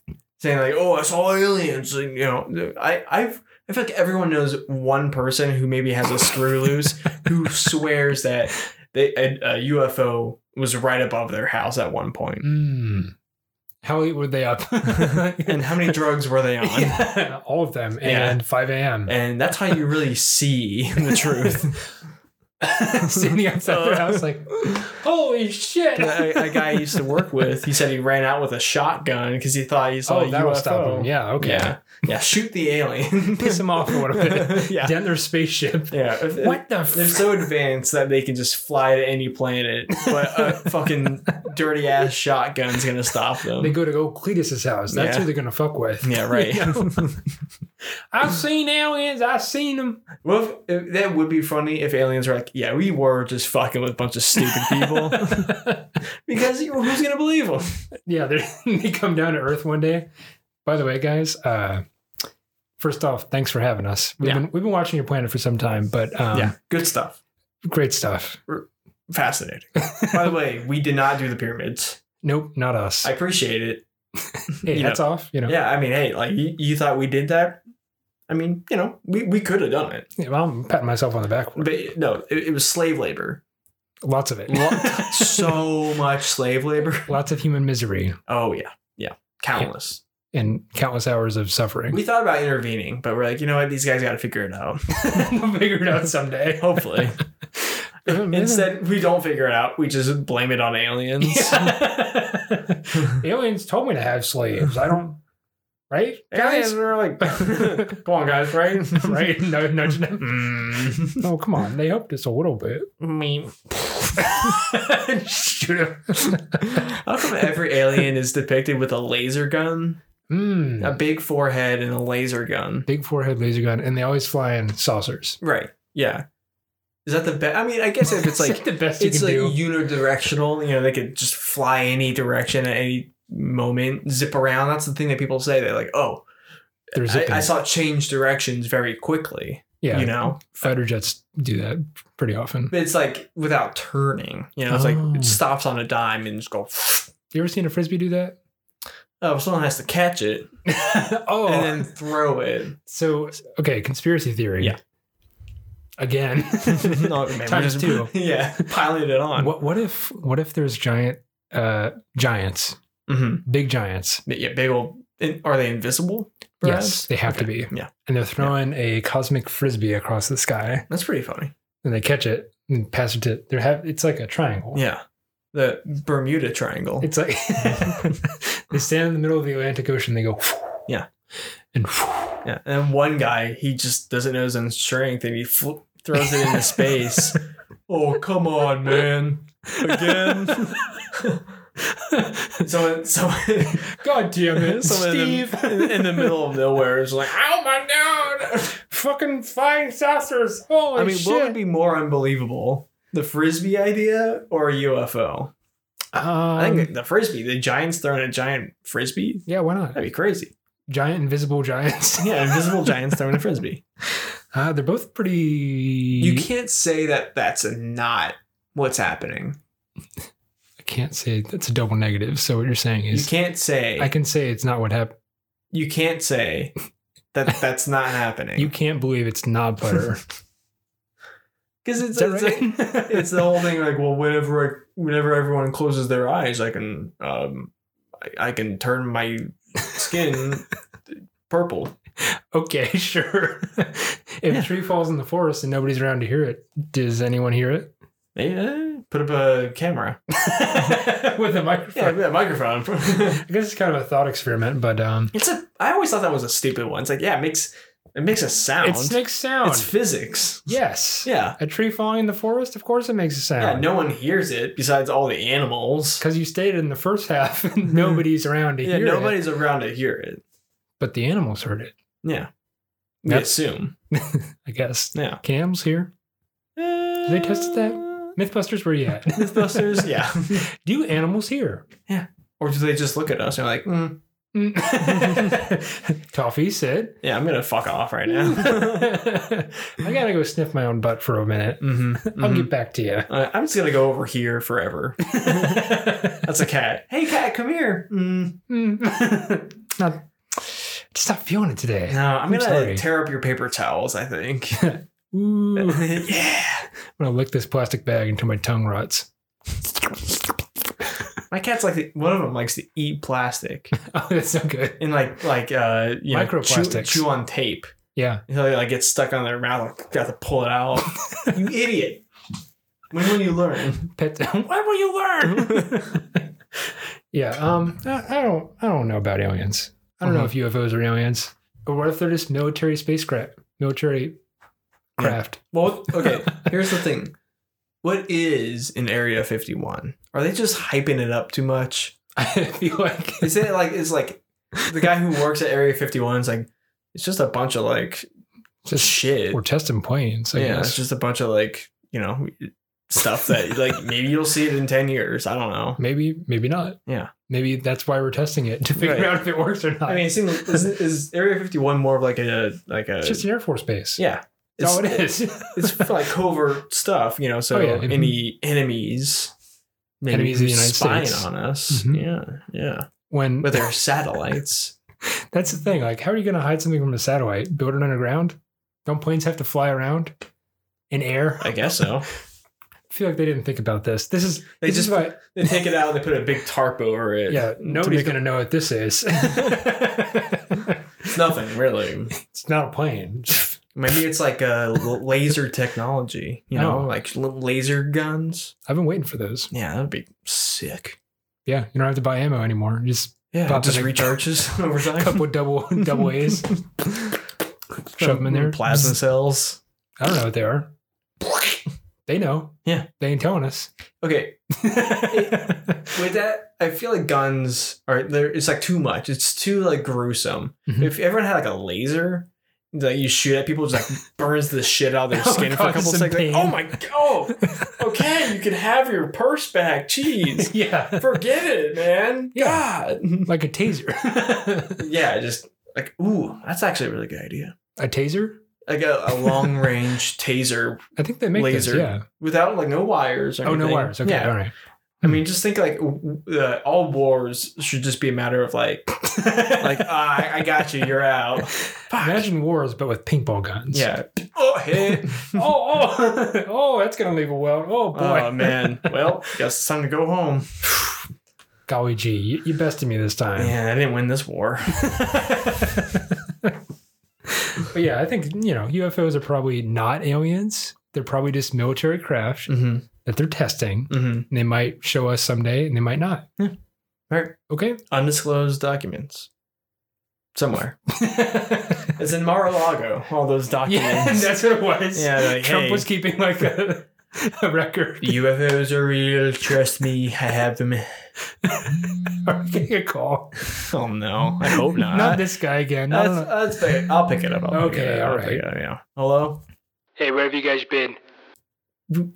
B: saying like, "Oh, I saw aliens." And, you know, I I've I feel like everyone knows one person who maybe has a screw loose who swears that they, a, a UFO was right above their house at one point.
A: Mm. How late were they up?
B: And how many drugs were they on?
A: Yeah, all of them.
B: Yeah.
A: And 5 a.m.
B: And that's how you really see the truth.
A: Standing outside their house, like, holy shit. Oh,
B: a, a guy I used to work with, he said he ran out with a shotgun because he thought he saw
A: oh,
B: a
A: that'll
B: UFO.
A: stop them. Yeah. Okay.
B: Yeah. Yeah, shoot the alien.
A: piss them off or whatever.
B: yeah.
A: Down their spaceship.
B: Yeah. if-
A: What the?
B: They're
A: F-
B: so advanced that they can just fly to any planet, but a fucking dirty ass shotgun's gonna stop
A: they
B: them.
A: go to go Cletus's house. That's
B: Yeah.
A: who they're gonna fuck with.
B: Yeah, right.
A: You know? I've seen aliens. I've seen them.
B: Well, if, if- that would be funny if aliens were like, "Yeah, we were just fucking with a bunch of stupid people," because you- who's gonna believe them?
A: yeah, they're- they come down to Earth one day. By the way, guys, uh, first off, thanks for having us. We've
B: Yeah.
A: been we've been watching your planet for some time, but um,
B: yeah, good stuff.
A: great stuff.
B: Fascinating. By the way, we did not do the pyramids.
A: Nope, not us.
B: I appreciate it.
A: hey,
B: you
A: hats off. You know,
B: Yeah, I mean, hey, like you, you thought we did that? I mean, you know, we, we could have done it,
A: Yeah, well, I'm patting myself on the back.
B: but no, it, it was slave labor.
A: Lots of it.
B: Lo- so much slave labor.
A: Lots of human misery
B: Oh yeah, yeah, countless.
A: and countless hours of suffering.
B: We thought about intervening, but we're like, you know what? These guys got to figure it out.
A: we'll figure it out someday.
B: Hopefully.
A: Instead,
B: Instead, we don't figure it out. We just blame it on aliens.
A: aliens told me to have slaves. I don't. Right,
B: Aliens
A: guys.
B: were like, come on, guys, right?
A: right? No, nudge them.
B: Mm.
A: Oh, come on. They helped us a little bit.
B: Me.
A: Shoot him.
B: How come every alien is depicted with a laser gun,
A: Mm.
B: a big forehead, and a laser gun?
A: Big forehead laser gun, and they always fly in saucers.
B: Right. Yeah. Is that the best? I mean, I guess if it's
A: Is that
B: like
A: the best you
B: it's
A: can
B: like
A: do.
B: unidirectional. You know, they could just fly any direction at any moment, zip around. That's the thing that people say. They're like, oh,
A: They're
B: I,
A: zipping.
B: I saw it change directions very quickly.
A: yeah,
B: You know,
A: fighter jets do that pretty often.
B: but it's like without turning. You know, it's like
A: Oh.
B: it stops on a dime and just go.
A: You ever seen a frisbee do that?
B: Oh, someone has to catch it
A: oh,
B: and then throw it.
A: so okay, conspiracy theory.
B: Yeah.
A: Again,
B: no, man, we're
A: Times
B: just-
A: two.
B: Yeah, piling it on.
A: what what if what if there's giant uh giants,
B: hmm
A: big giants?
B: Yeah, big old. and Are they invisible?
A: Yes,
B: perhaps?
A: they have to
B: Okay.
A: be.
B: Yeah.
A: and they're throwing a cosmic frisbee across the sky.
B: That's pretty funny.
A: and they catch it and pass it to they have it's like a triangle.
B: Yeah, the Bermuda Triangle.
A: It's like they stand in the middle of the Atlantic Ocean, they go
B: Yeah.
A: And
B: Yeah, and one guy he just doesn't know his own strength, and he fl- throws it into space. oh come on, man! Again, someone, someone,
A: God damn it,
B: someone in
A: Steve
B: the- in, in the middle of nowhere is like, oh my god!
A: fucking flying saucers. Holy
B: I mean,
A: shit.
B: what would be more unbelievable, the frisbee idea or a UFO? I
A: Um,
B: think the frisbee, the giants throwing a giant frisbee,
A: yeah, why not?
B: that'd be crazy.
A: Giant invisible giants.
B: Yeah, invisible giants throwing a frisbee.
A: Uh, they're both pretty
B: You can't say that that's not what's happening.
A: I can't say that's a double negative. So what you're saying
B: You
A: is
B: can't say
A: I can say it's not what happened.
B: you can't say that that's not happening.
A: You can't believe it's not butter.
B: because it's
A: Is that
B: it's,
A: right?
B: like- it's the whole thing like well whenever I, whenever everyone closes their eyes I can um I, I can turn my skin purple.
A: Okay, sure. if
B: Yeah.
A: a tree falls in the forest and nobody's around to hear it, does anyone hear it?
B: Yeah, uh, put up a camera.
A: With a
B: Yeah,
A: microphone.
B: yeah microphone.
A: I guess it's kind of a thought experiment, but um
B: it's a. I always thought that was a stupid one. It's like yeah, it makes it makes a sound.
A: it makes sound.
B: It's physics.
A: yes.
B: Yeah.
A: A tree falling in the forest, of course it makes a
B: Yeah,
A: sound.
B: no one hears it besides all the animals.
A: Because you stated in the first half, nobody's around to
B: Mm-hmm. Yeah,
A: hear it,
B: nobody's around to hear it.
A: but the animals heard it.
B: Yeah. We
A: That's-
B: assume.
A: I guess
B: Yeah.
A: Cam's here.
B: They
A: they tested that? Mythbusters, where you at?
B: Uh, Mythbusters, yeah.
A: Do animals hear?
B: Or do they just look at us and are like, mm,
A: Mm. Toffee said,
B: yeah, I'm gonna fuck off right now.
A: Mm-hmm, I gotta go sniff my own butt for a minute.
B: Mhm,
A: I'll
B: mhm.
A: get back to you.
B: Uh, I'm just gonna go over here forever. That's a cat. Hey, cat, come here. Mm,
A: Mm. Not, just not feeling it today.
B: no, I'm,
A: I'm
B: gonna
A: sorry.
B: tear up your paper towels. I think.
A: Ooh. I'm
B: yeah,
A: gonna lick this plastic bag until my tongue rots.
B: my cat's like the, one of them likes to eat plastic
A: Oh, that's so good.
B: and like like uh you know, chew,
A: Microplastics.
B: chew on tape.
A: Yeah.
B: He'll like get stuck on their mouth. Like, got to pull it out. you idiot. When will you learn?
A: Pet. when will you learn?
B: Mm-hmm.
A: yeah. Um. I, I don't. I don't know about aliens. I don't know if UFOs are aliens. Or what if they're just military spacecraft, military
B: Yeah.
A: craft?
B: Well, okay. Here's the thing. What is an Area 51? Are they just hyping it up too much?
A: I feel like
B: Is it like it's like the guy who works at Area 51 is like it's just a bunch of like
A: just
B: shit.
A: we're testing planes. I
B: yeah, it's
A: guess.
B: just a bunch of like, you know, stuff that like maybe you'll see it in 10 years. I don't know.
A: Maybe, maybe not.
B: Yeah.
A: Maybe that's why we're testing it to figure
B: Right.
A: out if it works or not.
B: I mean, it seems, is, is Area 51 more of like a like a
A: it's just an air force base.
B: yeah.
A: that's all it is.
B: it's like covert stuff, you know. So
A: Oh, yeah.
B: any enemies, maybe
A: Enemies of the
B: who's
A: United
B: spying
A: States.
B: on us,
A: Mhm.
B: yeah, yeah.
A: when
B: But they're satellites.
A: that's the thing. Like, how are you going to hide something from a satellite? Build it underground? Don't planes have to fly around in air?
B: I guess so.
A: I feel like they didn't think about this. This is
B: They
A: this
B: just
A: is why-
B: they take it out and they put a big tarp over it.
A: yeah.
B: to
A: Nobody's
B: make it-
A: going to know what this is.
B: It's nothing really.
A: it's not a plane.
B: Maybe it's like a l- laser technology, you know,
A: Oh.
B: like l- laser guns.
A: I've been waiting for those.
B: Yeah, that'd be sick.
A: Yeah, you don't have to buy ammo anymore. Just
B: Yeah,
A: Pop
B: it just
A: in a-
B: recharges over
A: a
B: time.
A: couple double double A's. shove 'em in there.
B: Plasma cells.
A: I don't know what they are. They know.
B: Yeah.
A: They ain't telling us.
B: Okay, with that i feel like guns are there it's like too much it's too like gruesome
A: Mhm.
B: if everyone had like a laser that you shoot at people it just like burns the shit out of their
A: Oh,
B: skin for a
A: God,
B: couple
A: some
B: seconds like,
A: pain.
B: oh my god okay you can have your purse back jeez
A: yeah.
B: forget it man
A: Yeah.
B: god
A: Like a taser.
B: yeah just like ooh that's actually a really good idea
A: a taser?
B: like a, a long range taser
A: I think they make
B: Laser.
A: those. Yeah.
B: without like no wires
A: Oh,
B: or
A: no
B: anything.
A: wires. Okay.
B: yeah
A: All right.
B: I mean, just think like w- w- uh, all wars should just be a matter of like, like ah, I, I got you, you're out.
A: Imagine wars, but with paintball guns.
B: Yeah. Oh hey.
A: oh, oh, oh, that's going to leave a welt. Oh, boy.
B: Oh man. Well, guess it's time to go home.
A: Golly gee, you, you bested me this time.
B: Man, I didn't win this war.
A: But yeah, I think, you know, UFOs are probably not aliens. They're probably just military craft
B: mm-hmm.
A: that they're testing.
B: Mm-hmm.
A: And they might show us someday and they might not.
B: All right.
A: Okay.
B: Undisclosed documents. Somewhere. It's in Mar-a-Lago. All those
A: yeah,
B: documents.
A: that's what it was.
B: Yeah, like,
A: Trump
B: hey.
A: was keeping like a, a record.
B: UFOs are real. Trust me, I have them.
A: Are we getting a call?
B: Oh no, I hope not.
A: Not this guy again. I don't know.
B: That's, that's fair. I'll pick it up. I'll pick
A: Okay,
B: it up.
A: all
B: I'll pick it up, yeah. Hello.
A: Hey, where have you guys been?
B: What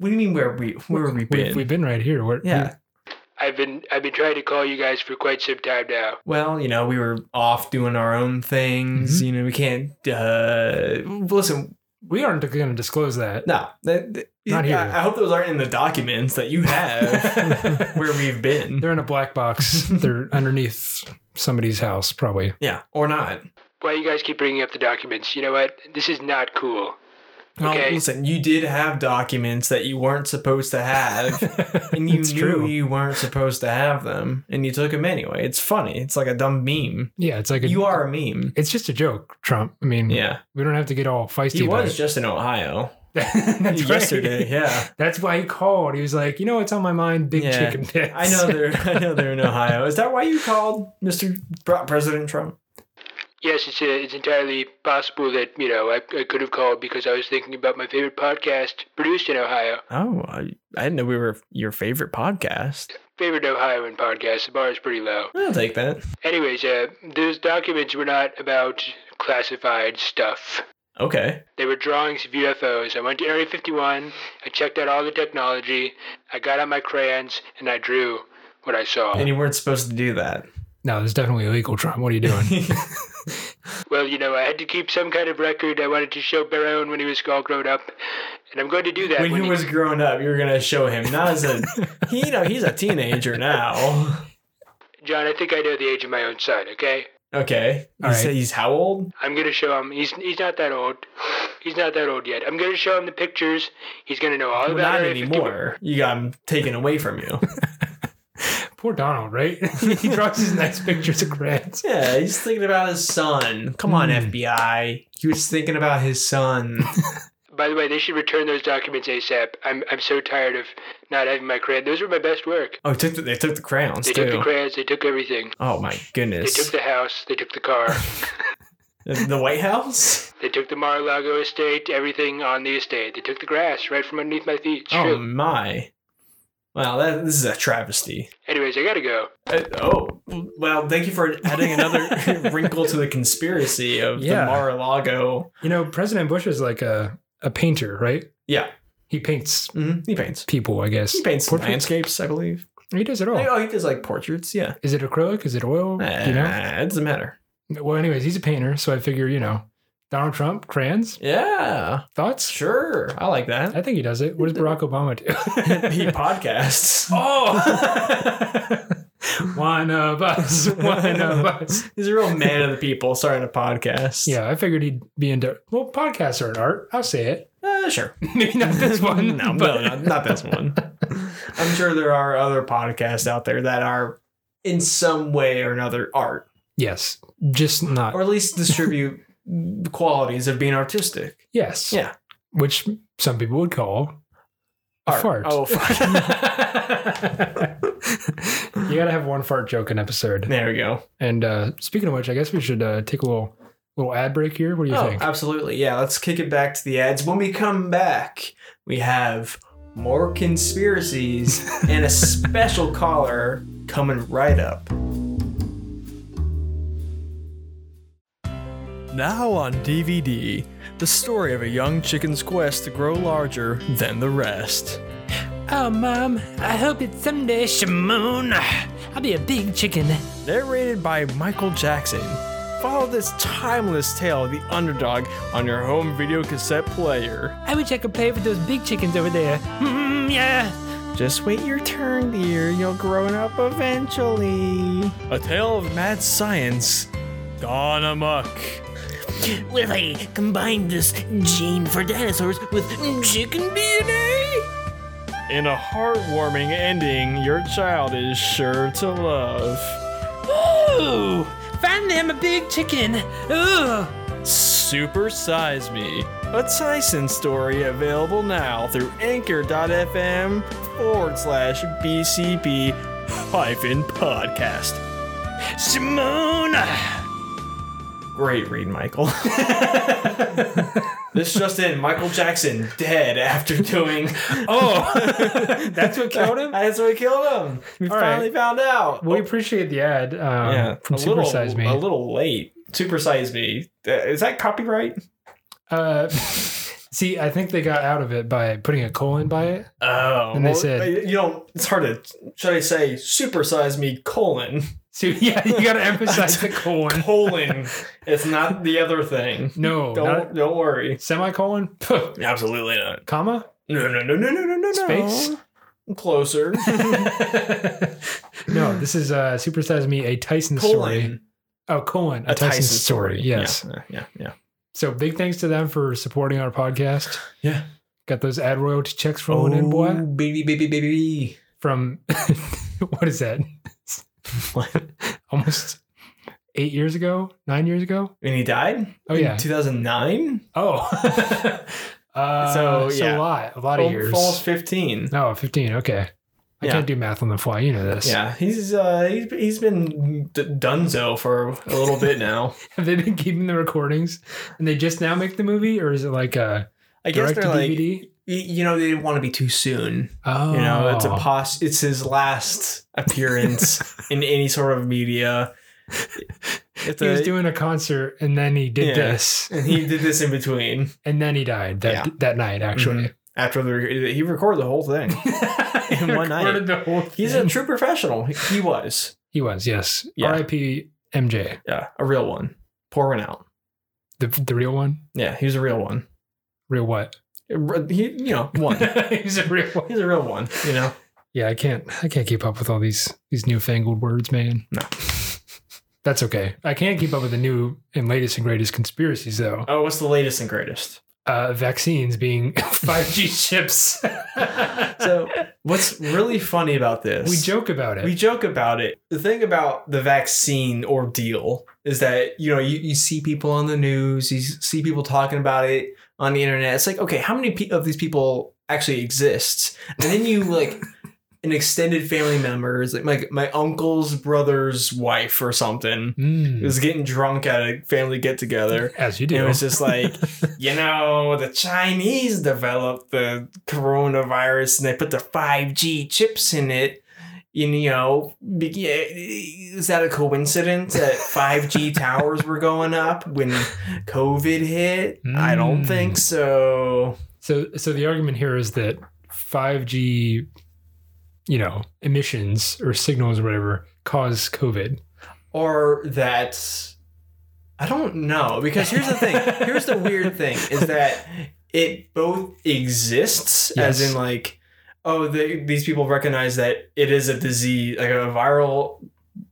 B: do you mean where we where we
A: We've,
B: been?
A: we've been right here. We're,
B: yeah.
A: I've been I've been trying to call you guys for quite some time now.
B: Well, you know, we were off doing our own things.
A: Mm-hmm.
B: You know, we can't. uh Listen,
A: We aren't going to disclose that.
B: no, that, that-
A: Not here.
B: I, I hope those aren't in the documents that you have where we've been.
A: They're in a black box. They're underneath somebody's house, probably.
B: yeah, or not.
C: Why you guys keep bringing up the documents? You know what? This is not cool.
B: Well,
C: Okay.
B: listen, you did have documents that you weren't supposed to have. And you
A: it's
B: knew
A: true.
B: you weren't supposed to have them, and you took them anyway. It's funny. It's like a dumb meme.
A: yeah, it's like a,
B: You are a meme.
A: It's just a joke, Trump. I mean,
B: Yeah.
A: we don't have to get all feisty.
B: He
A: about
B: was
A: it.
B: just in Ohio
A: That's right.
B: yesterday. Yeah,
A: That's why he called. He was like, you know what's on my mind? Big
B: Yeah.
A: chicken pits.
B: I know they're I know they're in Ohio. Is that why you called Mr. Pr- President Trump?
C: Yes, it's, uh, it's entirely possible that, you know, I, I could have called because I was thinking about my favorite podcast produced in Ohio.
B: Oh, I, I didn't know we were your favorite podcast.
C: Favorite Ohioan podcast. The bar is pretty low.
B: I'll take that.
C: Anyways, uh, those documents were not about classified stuff.
B: Okay.
C: They were drawings of UFOs. I went to Area 51. I checked out all the technology. I got out my crayons and I drew what I saw.
A: Uh-huh.
B: And you weren't supposed to do that.
A: No, it's definitely illegal, Trump. What are you doing?
C: Well, you know, I had to keep some kind of record. I wanted to show Barone when he was all grown up, and I'm going to do that.
B: when he was growing up, you were gonna show him. Not as a he, you know, he's a teenager now.
C: John, I think I know the age of my own son. Okay,
B: Okay. You
A: All right.
B: say he's how old?
C: I'm going to show him. He's he's not that old. He's not that old yet. I'm going to show him the pictures. He's going to know all
B: Well,
C: about
B: not
C: Area 51.
B: anymore. You got him taken away from you.
A: Poor Donald, right? he draws these nice pictures of grants.
B: Yeah, he's thinking about his son. Come on,
A: Hmm.
B: FBI. He was thinking about his son.
C: By the way, they should return those documents ASAP. I'm I'm so tired of not having my crayon. Those were my best work.
B: Oh, he took the, they took the crayons
C: They
B: too.
C: took the crayons. They took everything.
B: oh my
C: They
B: goodness.
C: took the house. They took the car.
B: The White House?
C: They took the Mar-a-Lago estate, everything on the estate. They took the grass right from underneath my feet. It's
B: Oh
C: true.
B: my! Wow, that this is a travesty.
C: Anyways, I gotta go.
B: Uh, oh well, thank you for adding another wrinkle to the conspiracy of
A: Yeah.
B: the Mar-a-Lago.
A: You know, President Bush is like a, a painter, right?
B: Yeah,
A: He paints
B: hmm he paints.
A: people, I guess.
B: He paints
A: Portraits?
B: landscapes, I believe.
A: He does it all.
B: Oh, he does like portraits. Yeah,
A: Is it acrylic? Is it oil?
B: Uh,
A: Do you know?
B: it doesn't matter.
A: Well, anyways, he's a painter, so I figure, you know, Donald Trump, crayons,
B: Yeah,
A: thoughts?
B: sure. I like that.
A: I think he does it. What does Barack Obama
B: he
A: do?
B: podcasts.
A: oh, one of us, one of us.
B: He's a real man of the people starting a podcast.
A: Yeah, I figured he'd be into. Well, podcasts are an art. I'll say it.
B: Uh, sure.
A: Maybe not this one.
B: no,
A: but-
B: no, not, not this one. I'm sure there are other podcasts out there that are in some way or another art,
A: Yes, just not.
B: or at least distribute the qualities of being artistic.
A: yes.
B: Yeah.
A: Which some people would call a
B: Art.
A: fart.
B: Oh, fart.
A: you gotta have one fart joke an episode.
B: there we go.
A: And uh, speaking of which, I guess we should uh, take a little little ad break here. What do you
B: Oh,
A: think?
B: absolutely. Yeah, let's kick it back to the ads. When we come back, we have more conspiracies and a special caller coming right up. Now on DVD, the story of a young chicken's quest to grow larger than the rest.
A: Oh, Mom, I hope it's someday, Shimon. I'll be a big chicken.
B: narrated by Michael Jackson. Follow this timeless tale of the underdog on your home video cassette player.
A: I wish I could play with those big chickens over there. Mm, yeah.
B: Just wait your turn, dear. You'll grow up eventually. A tale of mad science gone amok.
D: Will I combine this gene for dinosaurs with chicken DNA?
B: In a heartwarming ending your child is sure to love.
D: Ooh! Finally, I'm a big chicken. Ooh!
B: Super Size Me, a Tyson story available now through anchor.fm forward slash BCB hyphen podcast.
D: Simona!
B: Great read, Michael. this just in: Michael Jackson dead after doing.
A: Oh, that's what killed him?
B: That's what killed him. We
A: All
B: finally found out.
A: We appreciate the ad um, from
B: a
A: Super
B: little,
A: Size Me.
B: A little late. Super Size Me. Uh, Is that copyright?
A: Uh, see, I think they got out of it by putting a colon by it.
B: Oh,
A: And they said-
B: you know, it's hard to. Should I say Super Size Me colon
A: So yeah, you got to emphasize the colon.
B: colon? it's not the other thing.
A: No,
B: Don't
A: Oh, not,
B: don't worry.
A: semicolon, Puh.
B: Absolutely not.
A: comma.
B: No no no no no no no.
A: Space?
B: Closer.
A: no, this is uh, Super Size Me, a Tyson story.
B: colon.
A: Oh, colon, a, Tyson, story. Yes.
B: Yeah. Yeah.
A: So big thanks to them for supporting our podcast.
B: Yeah. Oh.
A: Got those ad royalty checks rolling in, boy.
B: baby, baby, baby.
A: From what is that? Almost eight years ago, nine years ago.
B: And he died.
A: Oh,
B: in
A: yeah.
B: 2009.
A: Oh, uh,
B: So,
A: so,
B: yeah.
A: a lot, a lot of years.
B: Falls 15.
A: Oh, 15. Okay. I
B: Yeah.
A: can't do math on the fly. You know this.
B: Yeah, he's uh he's, he's been d- dunzo for a little bit now.
A: Have they been keeping the recordings and they just now make the movie or is it like a
B: I guess
A: direct to
B: they're like y-
A: DVD?
B: you know they didn't want to be too soon.
A: Oh,
B: You know, it's a pos- it's his last appearance in any sort of media. It's
A: he was
B: a-
A: doing a concert and then he did
B: Yeah.
A: this
B: and he did this in between
A: and then he died that
B: Yeah.
A: that night actually.
B: after the re- he recorded the whole thing. Mm-hmm. In one night.
A: Recorded the whole
B: He's a
A: thing.
B: true professional. He was.
A: he was yes.
B: Yeah.
A: R.I.P. MJ,
B: Yeah, a real one. Pour one out.
A: the the real one,
B: Yeah, he's a real one.
A: real what?
B: He, you know, one.
A: He's a real one.
B: he's a real one. You know.
A: Yeah, I can't I can't keep up with all these these newfangled words, man.
B: No.
A: That's okay. I can't keep up with the new and latest and greatest conspiracies though.
B: Oh, what's the latest and greatest?
A: uh, vaccines being 5G chips.
B: So, what's really funny about this?
A: we joke about it.
B: We joke about it. The thing about the vaccine ordeal is that you know you, you see people on the news, you see people talking about it on the internet. It's like, okay, how many pe- of these people actually exist? And then you like an extended family member, it's like my my uncle's brother's wife or something,
A: Mm,
B: was getting drunk at a family get together.
A: as you
B: It
A: do.
B: was just like, you know, the Chinese developed the coronavirus and they put the 5G chips in it. You know, be- yeah, is that a coincidence that 5G towers were going up when COVID hit? I don't
A: Mm.
B: think so.
A: So, so the argument here is that 5G, you know, emissions or signals or whatever cause COVID.
B: Or that I don't know because here's the thing. here's the weird thing is that it both exists as
A: Yes.
B: in like oh they, these people recognize that it is a disease like a viral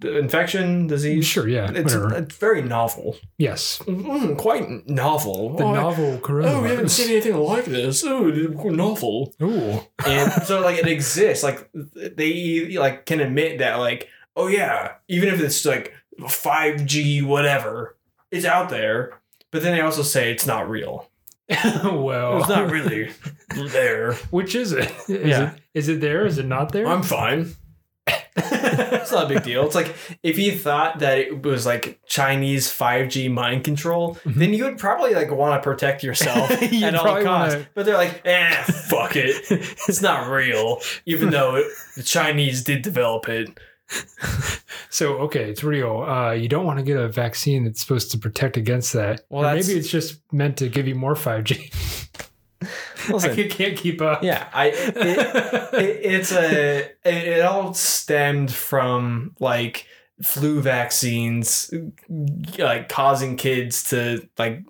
B: infection disease.
A: Sure, yeah,
B: It's,
A: whatever.
B: it's very novel.
A: yes,
B: Mm, quite novel.
A: the
B: oh, I-
A: novel
B: oh, we haven't seen
A: coronavirus.
B: anything like this. Oh, novel
A: Ooh,
B: and so like it exists like they like can admit that like oh yeah even if it's like 5g whatever it's out there but then they also say it's not real
A: well,
B: it's not really there
A: which is it? Is
B: Yeah.
A: it is it there? Is it not there?
B: i'm fine it's not a big deal it's like if you thought that it was like chinese 5g mind control then you would probably like want to protect yourself
A: You'd
B: at all
A: probably
B: costs
A: wanna-
B: but they're like eh fuck it it's not real even though it, the chinese did develop it
A: So okay, it's real. Uh, you don't want to get a vaccine that's supposed to protect against that.
B: Well,
A: Or
B: that's-
A: maybe it's just meant to give you more 5G.
B: Listen,
A: I can't keep up.
B: yeah, I it, it, it's a it, it all stemmed from like flu vaccines like causing kids to like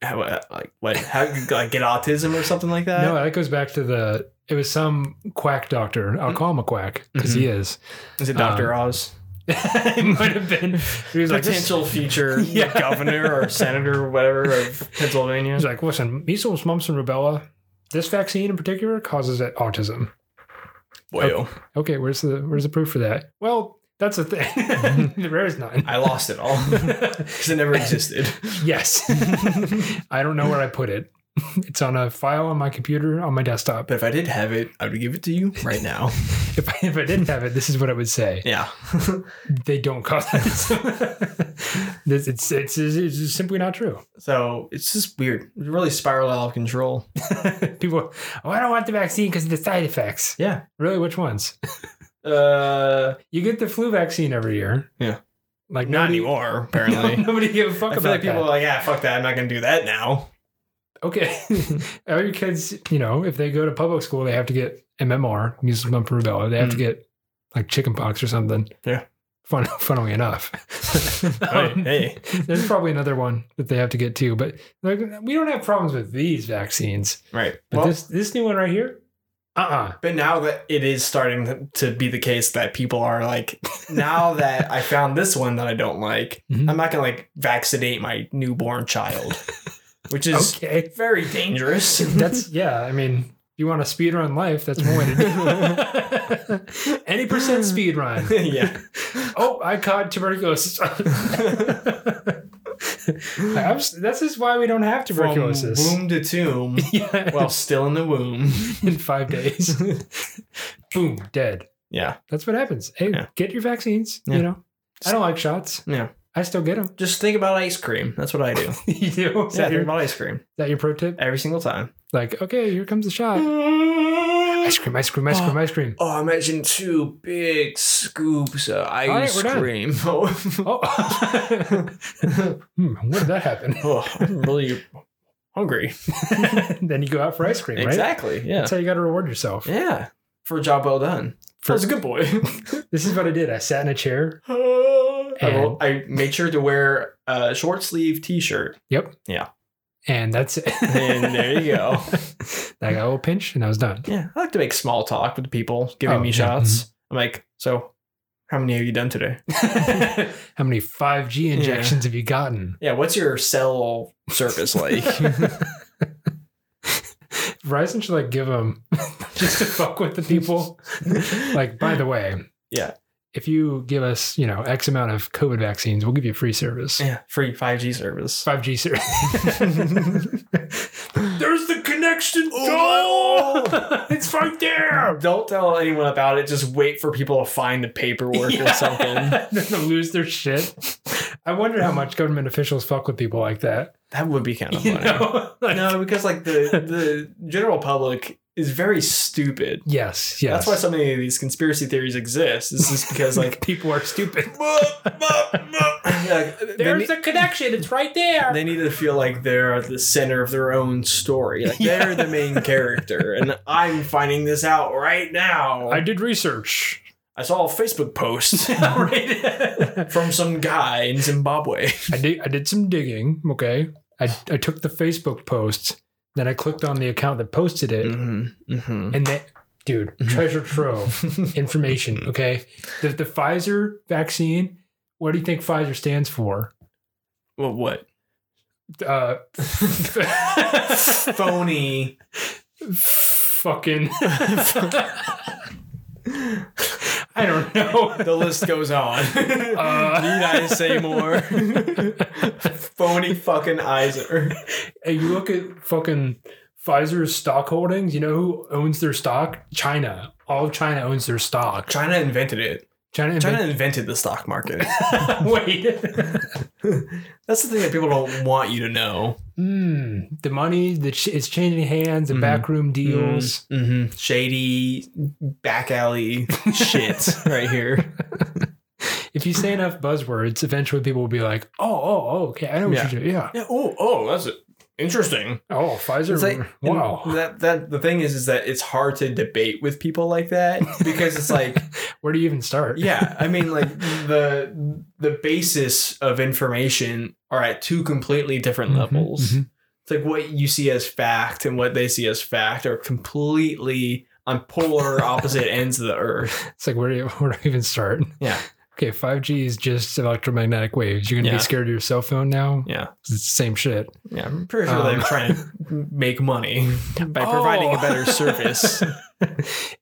B: how, uh, like what how like get autism or something like that.
A: no, that goes back to the. It was some quack doctor.
B: Mm-hmm.
A: I'll call him a quack because he is.
B: Is
A: um,
B: it Doctor Oz?
A: it might have been. He was like, this-
B: Potential future
A: Yeah.
B: governor or senator or whatever of Pennsylvania.
A: he was like, listen, measles, mumps, and rubella. This vaccine in particular causes that autism.
B: Well,
A: Okay, where's the where's the proof for that? Well, that's the thing.
B: Mm-hmm.
A: there is none.
B: I lost it all because it never existed.
A: Yes. I don't know where I put it. It's on a file on my computer on my desktop.
B: But if I did have it, I would give it to you right now.
A: If I, if I didn't have it, this is what I would say.
B: Yeah.
A: They don't cause autism. this. It's, it's, it's, it's simply not true.
B: So it's just weird. It really spiraled out of control.
A: People, oh, I don't want the vaccine because of the side effects.
B: Yeah.
A: Really, which ones?
B: Uh,
A: You get the flu vaccine every year.
B: Yeah.
A: Like
B: not
A: nobody,
B: anymore,
A: no,
B: apparently.
A: nobody give a fuck
B: I feel
A: about
B: like people
A: that.
B: are like, yeah, fuck that. I'm not going to do that now.
A: Okay. All your kids, you know, if they go to public school, they have to get MMR, measles, mumps, and rubella. They have to get like chickenpox or something.
B: Mm. Yeah.
A: Fun, funnily enough. Um,
B: hey.
A: There's probably another one that they have to get too, but like we don't have problems with these vaccines.
B: Right.
A: But
B: well,
A: this this new one right here, uh uh
B: but now that it is starting to be the case that people are like, now that I found this one that I don't like,
A: Mhm.
B: I'm not going to like vaccinate my newborn child, which is
A: Okay.
B: very dangerous.
A: That's yeah, I mean, if you want to speed run life, that's one way to do it. Any percent speed run.
B: yeah.
A: Oh, I caught tuberculosis. I'm s- this is why we don't have tuberculosis.
B: From womb to tomb
A: yeah,
B: while still in the womb.
A: in five days, boom, dead.
B: Yeah.
A: That's what happens. Hey,
B: Yeah.
A: get your vaccines.
B: Yeah.
A: You know, I don't like shots.
B: Yeah.
A: I still get them.
B: Just think about ice cream. That's what I do.
A: you do? Is
B: yeah,
A: that,
B: think
A: your,
B: about ice cream
A: that your pro tip?
B: every single time.
A: Like, okay, here comes the shot. Ice
B: Oh,
A: cream, ice cream, ice cream, ice cream.
B: imagine two big scoops of ice
A: right, we're done.
B: cream. Oh,
A: Oh, hmm, what did that happen?
B: Oh, I'm really hungry.
A: then you go out for ice cream, right?
B: Exactly. Yeah.
A: That's how you got to reward yourself.
B: Yeah. For a job well done.
A: For-
B: I was a good boy.
A: This is what I did. I sat in a chair.
B: I,
A: And-
B: will- I made sure to wear a short sleeve t shirt.
A: Yep.
B: Yeah.
A: And that's it.
B: And there you go.
A: I got a little pinch and I was done.
B: Yeah. I like to make small talk with people giving
A: Oh,
B: me
A: yeah,
B: shots. I'm like, so how many have you done today?
A: How many 5G injections have you gotten?
B: Yeah. What's your cell service like?
A: Verizon should like give them just to fuck with the people. Like, by the way,
B: Yeah.
A: if you give us, you know, X amount of COVID vaccines, we'll give you free service.
B: Yeah, free 5G service.
A: 5G service. There's the
B: next to Oh
A: it's right there.
B: Don't tell anyone about it. Just wait for people to find the paperwork or something.
A: They're gonna lose their shit. I wonder how much government officials fuck with people like that.
B: That would be kind of
A: You
B: funny.
A: know? Like-
B: No, because like the the general public is very stupid.
A: Yes, yes.
B: That's why so many of these conspiracy theories exist. Is just because like
A: people are stupid.
B: Yeah, like, they, need,
A: a connection. It's right there.
B: they need to feel like they're at the center of their own story. Like they're the main character, and I'm finding this out right now.
A: I
B: I,
A: did research.
B: saw a Facebook post
A: Right.
B: from some guy in Zimbabwe.
A: I did. I did some digging. Okay. I I took the Facebook post, then I clicked on the account that posted it,
B: Mm-hmm. Mm-hmm.
A: and that dude treasure trove
B: Mm-hmm.
A: information. Okay, the, the Pfizer vaccine. What do you think Pfizer stands for?
B: Well, what?
A: Uh,
B: Phony.
A: fucking. I don't know.
B: The list goes on.
A: Uh.
B: Need I say more? Phony fucking Iser.
A: And you look at fucking Pfizer's stock holdings, you know who owns their stock? China. All of China owns their stock.
B: China invented it.
A: China.
B: China
A: China.
B: invented the stock market.
A: Wait.
B: That's the thing that people don't want you to know.
A: Mm, the money that sh- it's changing hands and backroom deals.
B: Mm-hmm. Shady back alley shit right here.
A: If you say enough buzzwords, eventually people will be like, "Oh, oh, oh okay, I know what
B: Yeah.
A: you do." Yeah.
B: Yeah, oh, oh, that's it. interesting.
A: Oh, Pfizer.
B: It's like,
A: wow.
B: and That that the thing is, is that it's hard to debate with people like that because it's like,
A: Where do you even start?
B: yeah, I mean, like the the basis of information are at two completely different
A: Mhm,
B: levels.
A: mhm.
B: It's like what you see as fact and what they see as fact are completely on polar opposite ends of the earth.
A: It's like where do you where do you even start?
B: Yeah.
A: Okay, five G is just electromagnetic waves. You're gonna
B: Yeah.
A: be scared of your cell phone now.
B: Yeah.
A: It's the same shit.
B: Yeah, I'm pretty sure they're
A: Um,
B: trying to make money by providing a
A: Oh.
B: better service.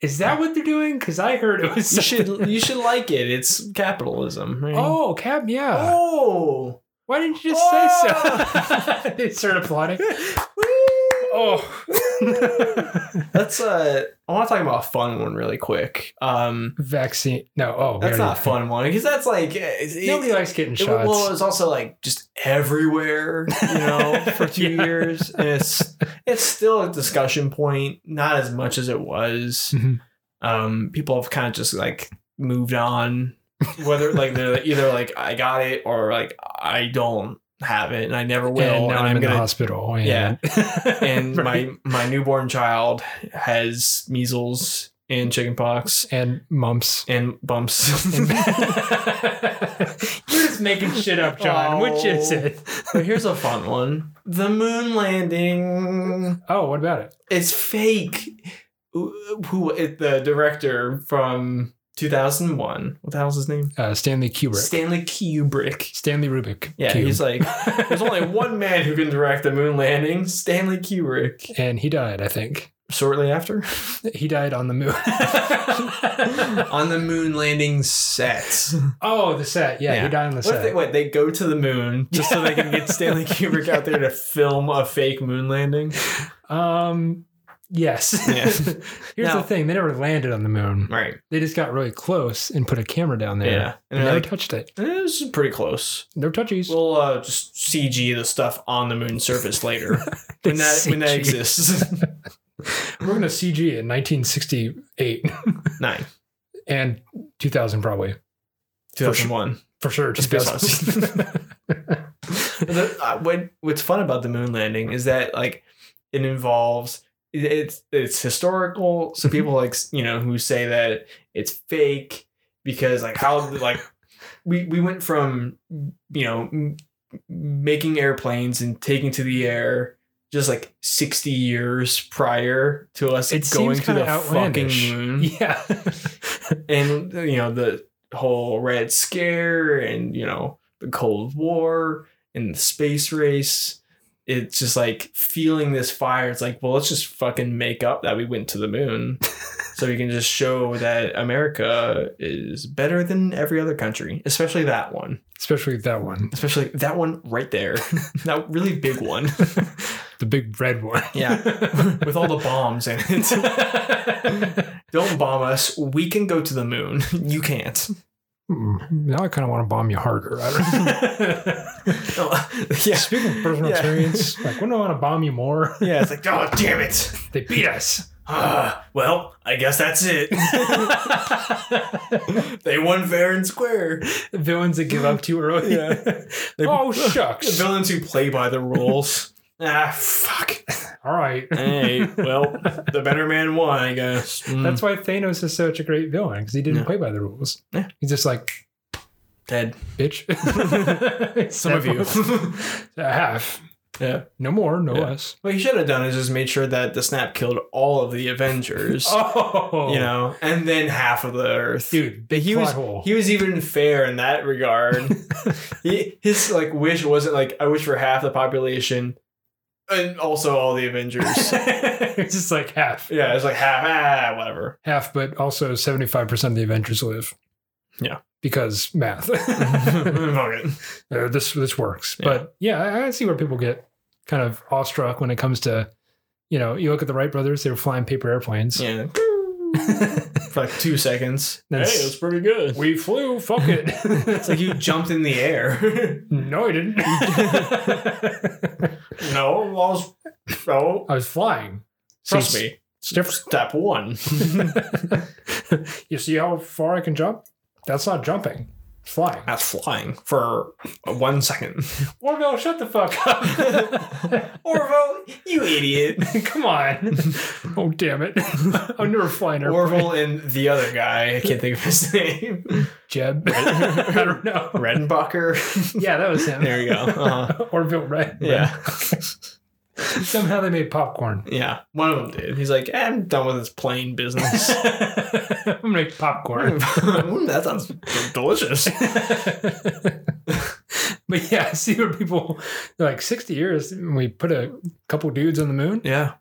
A: Is that what they're doing? Because I heard it was.
B: you should you should like it. It's capitalism. right?
A: Oh, Cap, yeah.
B: oh,
A: Why didn't you just say so? they started applauding. Oh.
B: that's uh. I want to talk about a fun one really quick. Um,
A: Vaccine. No, oh. we already-
B: that's not a fun one because that's like eh, it's- it-
A: Nobody likes getting
B: it-
A: shots.
B: well, it's also like just everywhere, you know, for two
A: Yeah.
B: years, and it's it's still a discussion point. Not as much as it was.
A: Mhm.
B: um, people have kind of just like moved on. Whether like they're either like I got it or like I don't have it and I never will.
A: and now
B: and
A: I'm, in the
B: gonna
A: hospital. And,
B: Yeah. and
A: Right.
B: my my newborn child has measles and chickenpox
A: and mumps.
B: and bumps.
A: You're just making shit up, John. Which is
B: Oh.
A: it?
B: but here's a fun one: the moon landing.
A: Oh, what about it?
B: It's fake. Who, who it, the director from 2001? What the hell's his name?
A: Uh, Stanley Kubrick.
B: Stanley Kubrick.
A: Stanley Rubik.
B: Yeah,
A: Cube.
B: he's like, there's only one man who can direct the moon landing, Stanley Kubrick.
A: and he died, I think.
B: Shortly after,
A: He died on the moon.
B: on the moon landing set.
A: Oh, the set. Yeah,
B: Yeah.
A: he died on the
B: What if
A: set.
B: they, what, they go to the moon just so they can get Stanley Kubrick out there to film a fake moon landing?
A: Um, yes.
B: Yeah.
A: Here's
B: Now-
A: the thing: they never landed on the moon.
B: Right.
A: They just got really close and put a camera down
B: Yeah.
A: there.
B: And
A: And
B: they're
A: never
B: like,
A: touched it.
B: eh, this is pretty close.
A: No touchies.
B: We'll uh, just CG the stuff on the moon surface later when
A: They
B: that when that
A: CG.
B: exists.
A: We're gonna CG in 1968
B: Nine.
A: and 2000 probably
B: 2001.
A: for sure.
B: Just based on
A: 2000.
B: the, uh, what what's fun about the moon landing is that like it involves it- it's it's historical
A: Mm-hmm.
B: so people like s- you know who say that it's fake because like how like we we went from you know m- making airplanes and taking to the air just like 60 years prior to us
A: it
B: going
A: seems
B: to
A: kind
B: the
A: of outlandish.
B: fucking moon
A: Yeah.
B: and you know the whole red scare and you know the cold war and the space race it's just like feeling this fire it's like well let's just fucking make up that we went to the moon so we can just show that america is better than every other country especially that one
A: Especially that one.
B: especially that one right there that really big one
A: the the big red one.
B: Yeah. with all the bombs in it. Don't bomb us. We can go to the moon. You can't.
A: Hmm, now I kind of want to bomb you harder. I don't know.
B: Oh, yeah.
A: Speaking of personal
B: Yeah.
A: experience, like when do I want to bomb you more?
B: Yeah, it's like, oh, damn it.
A: They beat us.
B: Ah, well, I guess that's it. they won fair and square.
A: Villains that give up too early.
B: Yeah.
A: oh
B: The
A: shucks.
B: villains who play by the rules. ah, fuck.
A: All right.
B: Hey, well, the better man won, I guess. Mm.
A: That's why Thanos is such a great villain because he didn't
B: Yeah.
A: play by the rules.
B: Yeah.
A: He's just like,
B: Ted.
A: bitch.
B: Some of you.
A: Half.
B: yeah.
A: No more, no
B: Yeah.
A: less.
B: What he should have done is just made sure that the snap killed all of the Avengers.
A: Oh.
B: You know, and then half of the Earth.
A: Dude,
B: But he
A: plot
B: was
A: hole.
B: he was even fair in that regard. he, his like wish wasn't like I wish for half the population, and also all the Avengers.
A: it's just like half.
B: yeah, it's like half ah whatever.
A: Half, but also 75% of the Avengers live.
B: Yeah.
A: Because math.
B: Fuck it.
A: Uh, this this works.
B: Yeah.
A: But yeah, I, I see where people get kind of awestruck when it comes to, you know, you look at the Wright brothers, they were flying paper airplanes.
B: Yeah. for like two seconds.
A: That's-
B: hey, it's pretty good.
A: We flew, fuck it.
B: It's like you jumped in the air.
A: no, I didn't.
B: no, I was no.
A: I was flying.
B: Trust
A: See,
B: me.
A: it's different.
B: Step one.
A: you see how far I can jump? That's not jumping. It's flying.
B: That's flying for one second.
A: Orville, shut the fuck up.
B: Orville, you idiot.
A: Come on. Oh, damn it. I'm never flying an airplane.
B: Orville and the other guy. I can't think of his name.
A: Jeb. I don't know.
B: Redenbacher.
A: Yeah, that was him.
B: there you go. Uh-huh.
A: Orville Red.
B: Yeah.
A: Somehow they made popcorn.
B: Yeah. One of them did. He's like, eh, I'm done with this plane business.
A: I'm gonna make popcorn.
B: Mm, that sounds delicious.
A: but yeah, I see where people they're like 60 years and we put a couple dudes on the moon. Mm,
B: Yeah.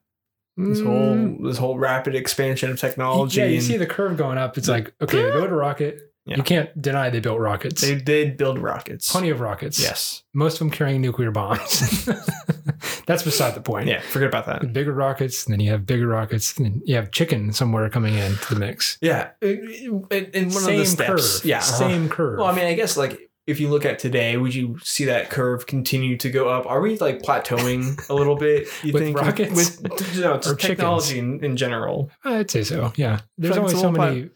B: This whole this whole rapid expansion of technology.
A: yeah, you
B: and
A: see the curve going up. It's like, okay, they built a rocket.
B: Yeah.
A: You can't deny they built rockets.
B: they did build rockets.
A: Plenty of rockets.
B: Yes.
A: Most of them carrying nuclear bombs. That's beside the point.
B: Yeah, forget about that.
A: The bigger rockets, and then you have bigger rockets, and then you have chicken somewhere coming in to the mix.
B: Yeah. In in one
A: Same
B: of the steps.
A: curve.
B: Yeah. uh-huh.
A: Same curve.
B: Well, I mean, I guess like if you look at today, would you see that curve continue to go up? Are we like plateauing a little bit? You
A: With rockets?
B: With no, it's
A: Or
B: technology in, in general.
A: Uh, I'd say so. Yeah. There's
B: Like
A: only
B: it's a
A: so
B: little
A: many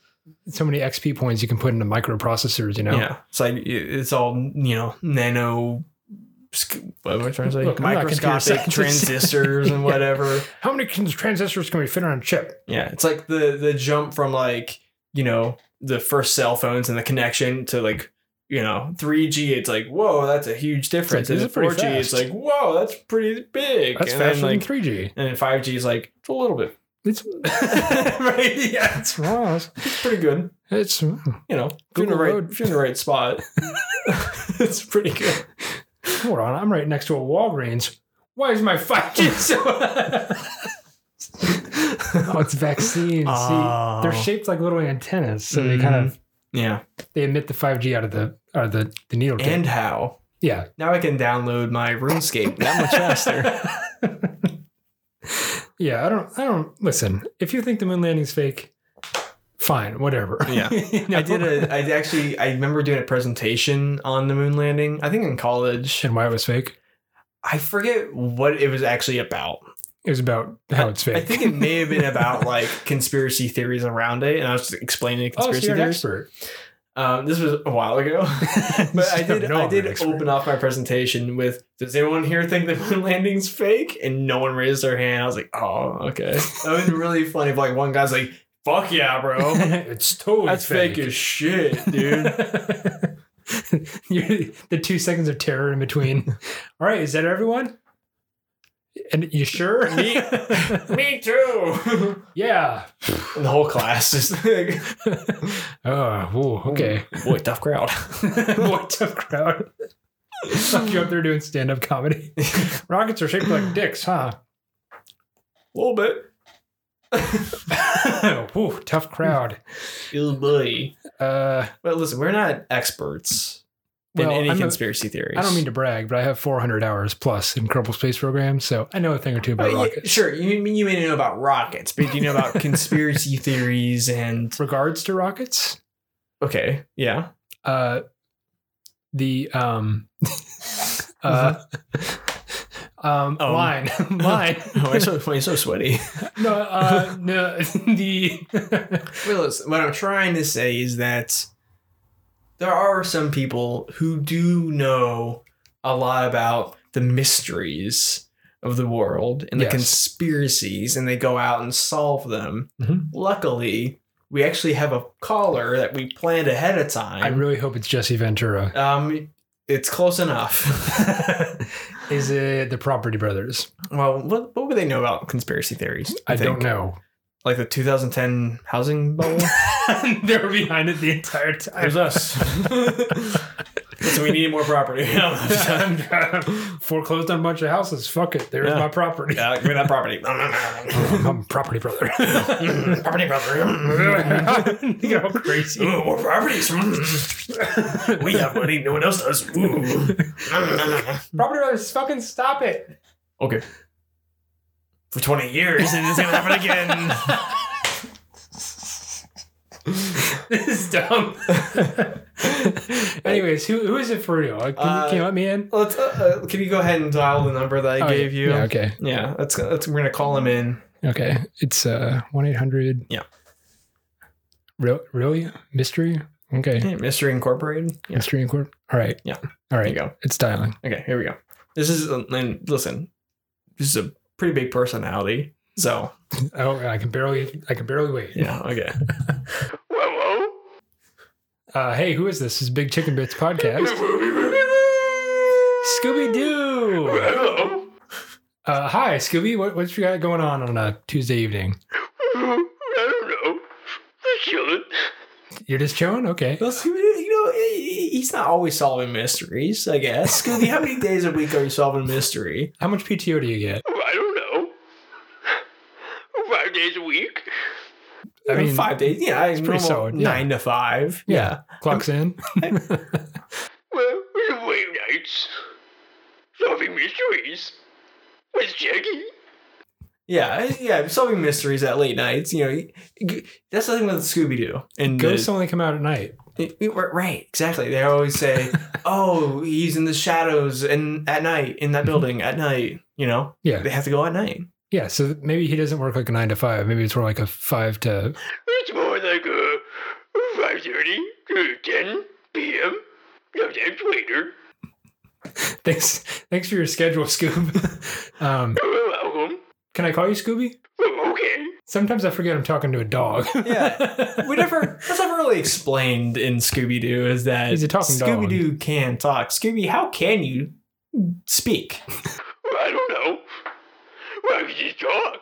A: so many XP points you can put into microprocessors, you know.
B: Yeah, it's like it's all you know nano. sc- What am I trying to say?
A: Look, I'm not a computer
B: Microscopic
A: scientist.
B: transistors and
A: Yeah.
B: whatever.
A: How many cons- transistors can we fit on a chip?
B: Yeah, it's like the the jump from like you know the first cell phones and the connection to like you know 3G. It's like whoa, that's a huge difference.
A: this
B: And
A: is pretty
B: 4G, it's
A: fast.
B: like whoa, that's pretty big.
A: That's
B: and
A: faster
B: then like
A: than 3G.
B: and then 5G is like it's a little bit
A: It's
B: right. Yeah, it's
A: it's wrong.
B: pretty good.
A: It's hold
B: You know, if you're in
A: Google
B: the right,
A: Road.
B: if you're in the right spot, it's pretty good.
A: on. I'm right next to a Walgreens. Why is my 5G so? oh, it's vaccines.
B: Oh.
A: See, they're shaped like little antennas, so they kind of
B: Yeah,
A: they emit the 5G out of the out of the, the needle. tip.
B: Mm-hmm. and how
A: yeah,
B: now I can download my RuneScape that much faster.
A: Yeah, I don't. I don't listen. If you think the moon landing's fake, fine, whatever.
B: Yeah.
A: You know?
B: I did a. I actually. I remember doing a presentation on the moon landing. I think in college.
A: and why it was fake.
B: I forget what it was actually about.
A: It was about how it's fake.
B: I think it may have been about like conspiracy theories around it, and I was just explaining
A: oh, so
B: conspiracy
A: you're an
B: theories.
A: expert.
B: Um, this was a while ago, but I did.
A: No,
B: I
A: I'm an
B: did
A: expert.
B: open off my presentation with, "Does anyone here think the moon landing's fake?" And no one raised their hand. I was like, "Oh, okay." That was really funny. If like one guy's like, "Fuck yeah, bro,
A: it's totally
B: that's Oh, fake, as shit, dude."
A: You're- the two seconds of terror in between. All right, is that everyone? And you sure?
B: Me- Me too.
A: yeah.
B: And the whole class is like,
A: Oh, woo, okay.
B: boy, tough crowd.
A: Boy, tough crowd. Fuck you up there doing stand-up comedy. Rockets are shaped like dicks, huh?
B: A little bit.
A: Woo, tough crowd.
B: Ew, boy.
A: Uh,
B: But listen, we're not experts.
A: Well,
B: in any
A: I'm a-
B: conspiracy theories.
A: I don't mean to brag, but I have 400 hours plus in Kerbal Space Program, so I know a thing or two
B: Uh,
A: about
B: yeah,
A: rockets.
B: sure, you mean you may know about rockets, but you know about conspiracy theories and
A: Regards to rockets,
B: okay, yeah,
A: uh, the um, uh, um,
B: Um.
A: line, line.
B: Oh, I'm so, I'm so sweaty.
A: no, uh, no, the
B: Willis, what I'm trying to say is that there are some people who do know a lot about the mysteries of the world and
A: Yes.
B: the conspiracies, and they go out and solve them.
A: Mhm.
B: Luckily, we actually have a caller that we planned ahead of time.
A: I really hope it's Jesse Ventura.
B: um, it's close enough.
A: Is it the Property Brothers?
B: well, what, what would they know about conspiracy theories? you
A: I don't
B: think?
A: know.
B: Like the 2010 housing bubble.
A: they were behind it the entire time.
B: us. so we needed more property. yeah,
A: Foreclosed on a bunch of houses. Fuck it. There's
B: Yeah.
A: my property.
B: give me that property.
A: I'm property brother.
B: property, brother.
A: you know, crazy.
B: Ooh, more properties. we have money. No one else does. Ooh.
A: Property brothers, fucking stop it.
B: okay. For 20 years, it is going to happen again.
A: This is dumb. Anyways, who who is it for real? Can,
B: Uh,
A: you, can you let me in?
B: Let's, uh, uh, can you go ahead and dial the number that I
A: Oh,
B: gave you?
A: Yeah, okay.
B: Yeah, that's, that's we're going to call him in.
A: Okay. It's uh 1 800.
B: Yeah.
A: Real, really? Mystery? Okay.
B: Yeah, Mystery Incorporated. Yeah,
A: Mystery Incorp. All right.
B: Yeah.
A: All
B: there you
A: right.
B: go.
A: It's dialing.
B: Okay, here we go. This is and listen, this is a pretty big personality. So
A: Oh, I can barely, I can barely wait.
B: yeah, okay.
C: Whoa,
A: Uh, hey, who is this? This is Big Chicken Bits podcast. Scooby Doo.
C: whoa.
A: Uh, hi, Scooby. What what you got going on on a Tuesday evening?
C: I don't know. Just chilling.
A: You're just chilling. Okay.
B: Well, Scooby, you know he- he's not always solving mysteries. I guess Scooby, how many days a week are you solving mystery?
A: How much PTO do you get?
C: I don't know. Five days a week.
A: I mean,
B: five days. Yeah, it's
A: pretty solid, yeah.
B: Nine to five.
A: Yeah. Clocks in.
C: Well, it's late nights. Solving mysteries. With Jackie.
B: yeah, yeah, yeah, Solving mysteries at late nights. You know, you- you- that's the thing with Scooby Doo and the-
A: Ghosts only come out at night.
B: It- it- right- Right, exactly. They always say, "Oh, he's in the shadows and at night
A: Mm-hmm.
B: in that building at night." You know,
A: Yeah.
B: they have to go at night.
A: Yeah. So maybe he doesn't work like a nine to five. Maybe it's more like a five to.
C: It's more like a 5.30 to 10 p.m. Sometimes later.
A: Thanks. Thanks for your schedule, Scoob. um,
C: You're welcome.
A: can I call you Scooby?
C: Okay.
A: Sometimes I forget I'm talking to a dog.
B: Yeah. We never that's never really explained in Scooby Doo is that
A: He's a talking dog.
B: Scooby Doo can talk. Scooby, how can you speak?
C: I don't know. Why could you talk?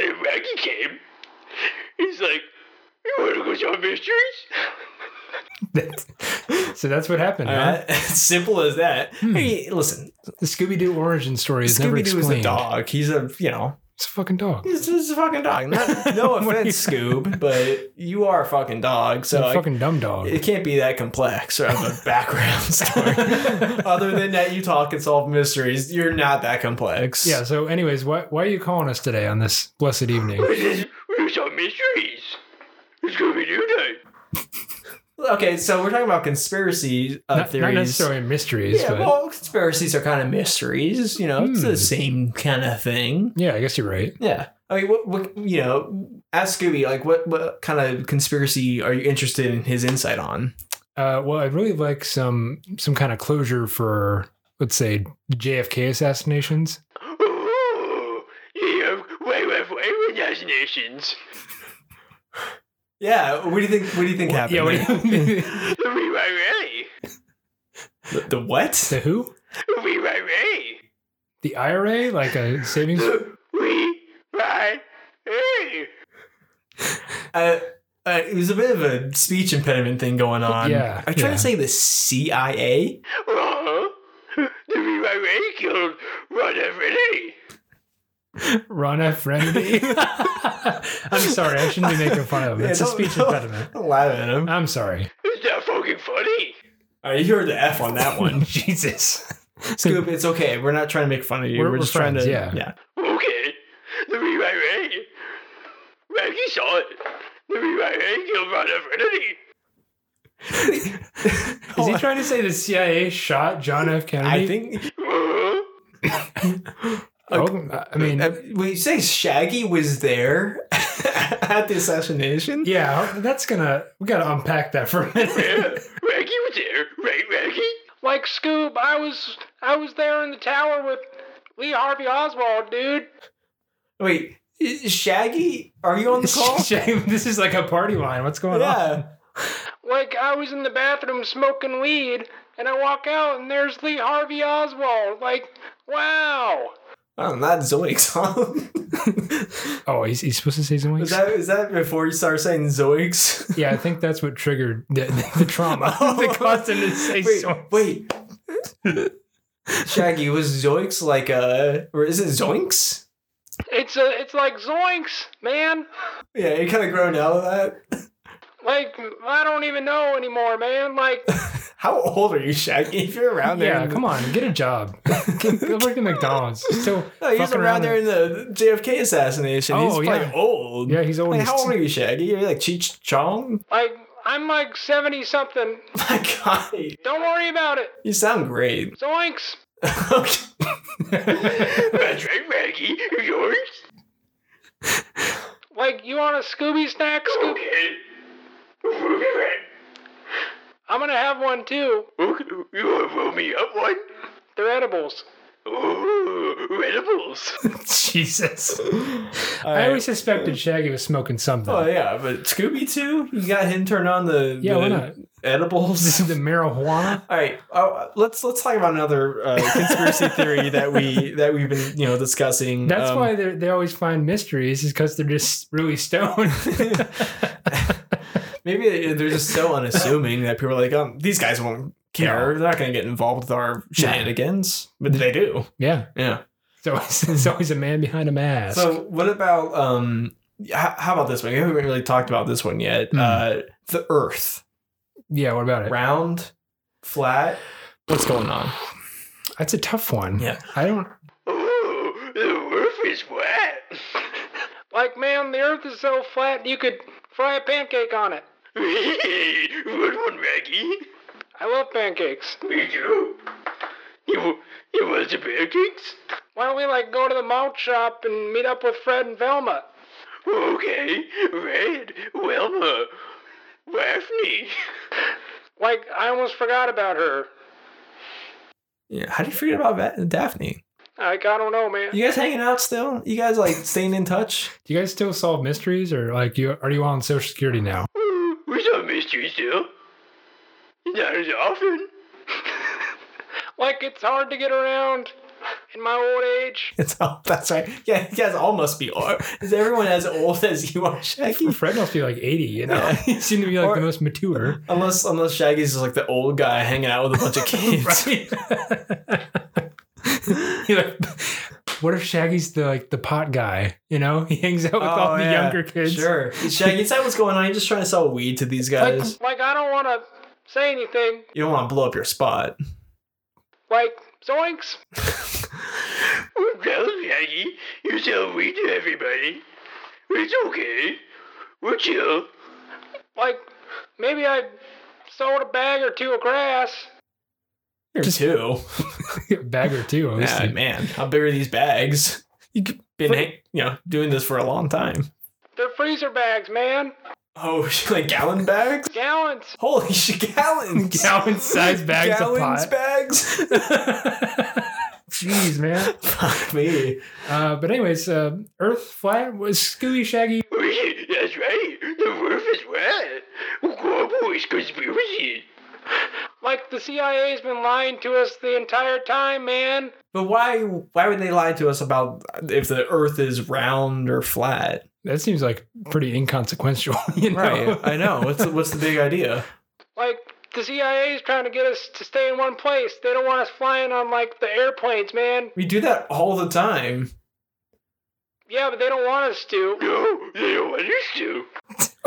C: And then Maggie came. He's like, You want to go solve mysteries?
A: so that's what happened. huh?
B: Uh, simple as that. Hey, listen,
A: The Scooby Doo origin story is Hmm. never
B: Scooby Doo
A: explained.
B: is a dog. He's a you know
A: It's a fucking dog.
B: he's, he's a fucking dog. Not, no
A: What do you-
B: offense, Scoob, but you are a fucking dog. So
A: It's a
B: I-
A: fucking dumb dog.
B: It can't be that complex of a background story. Other than that, you talk and solve mysteries. You're not that complex.
A: yeah. So, anyways, why why are you calling us today on this blessed evening?
C: This is, we solve mysteries. It's going to be new night.
B: Okay, so we're talking about conspiracy uh,
A: Not,
B: theories.
A: not necessarily mysteries,
B: Yeah,
A: but
B: well, conspiracies are kind of mysteries. You know, it's
A: Hmm.
B: the same kind of thing.
A: yeah, I guess you're right.
B: Yeah. I mean, what, what you know, ask Scooby, like, what, what kind of conspiracy are you interested in his insight on?
A: Uh, well, I'd really like some some kind of closure for let's say JFK assassinations.
C: Ooh, Oh, you have way, way, way with destinations.
B: Yeah. What do you think? What do you think happened?
A: yeah. What
B: there?
A: do you,
C: We right ready.
B: the, the what?
A: the who?
C: We right ready.
A: The IRA, like a savings.
C: We right ready.
B: uh, uh, it was a bit of a speech impediment thing going on.
A: Yeah,
B: Are you trying
A: yeah.
B: to say the CIA?
C: Uh-huh. The We right ready killed Ron F. Kennedy.
A: Ron F. Remedy. I'm sorry, I shouldn't be making fun of him.
B: Yeah,
A: It's a
B: don't-
A: speech
B: don't-
A: impediment.
B: Don't laugh at him.
A: I'm sorry.
C: Is that fucking funny?
B: All right, you heard the F on that one.
A: Jesus.
B: Scoop, it's okay. We're not trying to make fun of you.
A: We're-
B: We're,
A: we're
B: just
A: friends,
B: trying to.
A: yeah.
B: yeah.
C: Okay, the rewrite Ray. Raggy saw it. The rewrite Ray killed Ron Freddy.
A: Is he trying to say the CIA shot John F. Kennedy?
B: I think
C: Uh-huh.
A: Oh, I mean,
B: uh, when you say Shaggy was there at the assassination,
A: yeah, oh, that's gonna. We gotta unpack that for a minute.
C: Yeah, Raggy was there, right, Raggy?
E: Like Scoob, I was I was there in the tower with Lee Harvey Oswald, dude.
B: wait, is Shaggy, are you on the call?
A: Shame, this is like a party line. What's going on?
B: yeah.
E: Like I was in the bathroom smoking weed, and I walk out and there's Lee Harvey Oswald. Like, wow.
B: Oh, not Zoic song.
A: Oh, he's, he's supposed to say something.
B: Is that is that before you start saying Zoics?
A: yeah, I think that's what triggered the, the, the trauma that caused him to say
B: Oh. wait,
A: so.
B: Wait. Shaggy was Zoics like uh or is it Zoinks?
E: It's a it's like Zoinks, man.
B: Yeah, you kind of grown out of that.
E: Like I don't even know anymore, man. Like
B: How old are you, Shaggy? If you're around there,
A: Yeah, come on, get a job. Go work at McDonald's. He's Still
B: No, he's
A: fucking
B: around, there in the JFK assassination. he's
A: Oh,
B: probably
A: yeah.
B: old.
A: Yeah, he's old.
B: Like,
A: He's
B: how old
A: t-
B: are you, Shaggy? You're like Cheech Chong.
E: like I'm like seventy something.
B: My God,
E: Don't worry about it.
B: you sound great.
E: Zoinks.
B: Okay.
C: That's right, Raggy, yours?
E: Like you want a Scooby snack, Scoob?
C: Okay. Ruby Red.
E: I'm gonna have one too.
C: Okay, You want to roll me up one?
E: They're edibles.
C: Ooh, edibles.
A: Jesus.
B: All
A: I
B: right.
A: always suspected Shaggy was smoking something.
B: Oh yeah, but Scooby Doo, you got him turned on the,
A: yeah,
B: the
A: why not?
B: edibles.
A: the marijuana.
B: All right, oh, let's let's talk about another uh, conspiracy theory that we that we've been you know discussing.
A: That's
B: Um,
A: why they they always find mysteries is because they're just really stoned.
B: maybe they're just so unassuming that people are like, um, these guys won't care. They're not going to get involved with our shenanigans, but they do.
A: yeah,
B: Yeah.
A: so it's, it's always a man behind a mask.
B: So what about um? h- How about this one? We haven't really talked about this one yet.
A: Hmm.
B: Uh, the Earth,
A: yeah, what about it?
B: round, flat. What's going on?
A: That's a tough one.
B: Yeah.
A: I don't.
C: Ooh, the roof is wet.
E: Like man, the Earth is so flat you could fry a pancake on it.
C: Hey, good one, Raggy.
E: I love pancakes.
C: Me too. You, wa- you want some pancakes?
E: Why don't we like go to the malt shop and meet up with Fred and Velma?
C: Okay, Red, Wilma, Daphne.
E: Like I almost forgot about her.
B: Yeah. How do you forget about Va- Daphne?
E: Like I don't know, man.
B: You guys hanging out still? You guys like staying in touch?
A: Do you guys still solve mysteries or like you are you on Social Security now?
C: Ooh, we saw mystery still. Not as often.
E: Like it's hard to get around in my old age.
B: It's all, that's right. Yeah, you guys all must be old. Is everyone as old as you are, Shaggy?
A: Fred must be like eighty. You know, he seemed to be like
B: Or-
A: the most mature.
B: Unless unless Shaggy's just like the old guy hanging out with a bunch of kids.
A: He, like, what if Shaggy's the like the pot guy? You know, he hangs out with all the
B: Oh, yeah.
A: younger kids.
B: Sure. Shaggy, is that what's going on? You're just trying to sell weed to these guys.
E: Like I don't want to say anything.
B: you don't want to blow up your spot.
E: Like zoinks.
C: Well, Raggy, you sell weed to everybody. It's okay. We're chill.
E: Like maybe I sold a bag or two of grass.
B: You're
A: Just-
B: two.
A: bag or two. at least.
B: Yeah, man, how big are these bags? You've been hang- you know doing this for a long time.
E: They're freezer bags, man.
B: Oh, like gallon bags?
E: Gallons.
B: Holy shit, gallons!
A: Gallon-sized bags of
B: Gallons
A: pot.
B: bags.
A: Jeez, man.
B: Fuck me.
A: Uh, but anyways, uh, Earth flat was Scooby Shaggy.
C: We- That's right. The roof is wet. Corporates conspiracy.
E: Like the CIA's been lying to us the entire time, man.
B: But why? Why would they lie to us about if the Earth is round or flat?
A: That seems like pretty inconsequential. You know?
B: I know. What's the, what's the big idea?
E: Like the CIA's trying to get us to stay in one place. They don't want us flying on like the airplanes, man.
B: We do that all the time.
E: Yeah, but they don't want us to.
C: No, they don't want us to.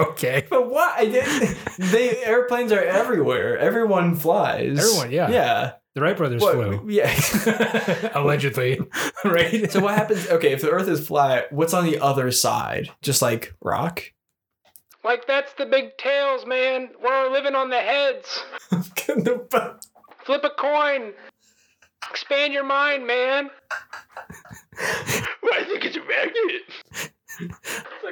A: okay.
B: But what? I did. They airplanes are everywhere. Everyone flies.
A: Everyone, yeah.
B: Yeah.
A: The Wright brothers
B: What-
A: flew.
B: Yeah.
A: Allegedly, right?
B: so what happens? Okay, if the Earth is flat, what's on the other side? Just like rock.
E: Like that's the big tails, man. We're living on the heads.
B: That's
E: Flip a coin. Expand your mind, man.
C: Well, I think it's a magnet.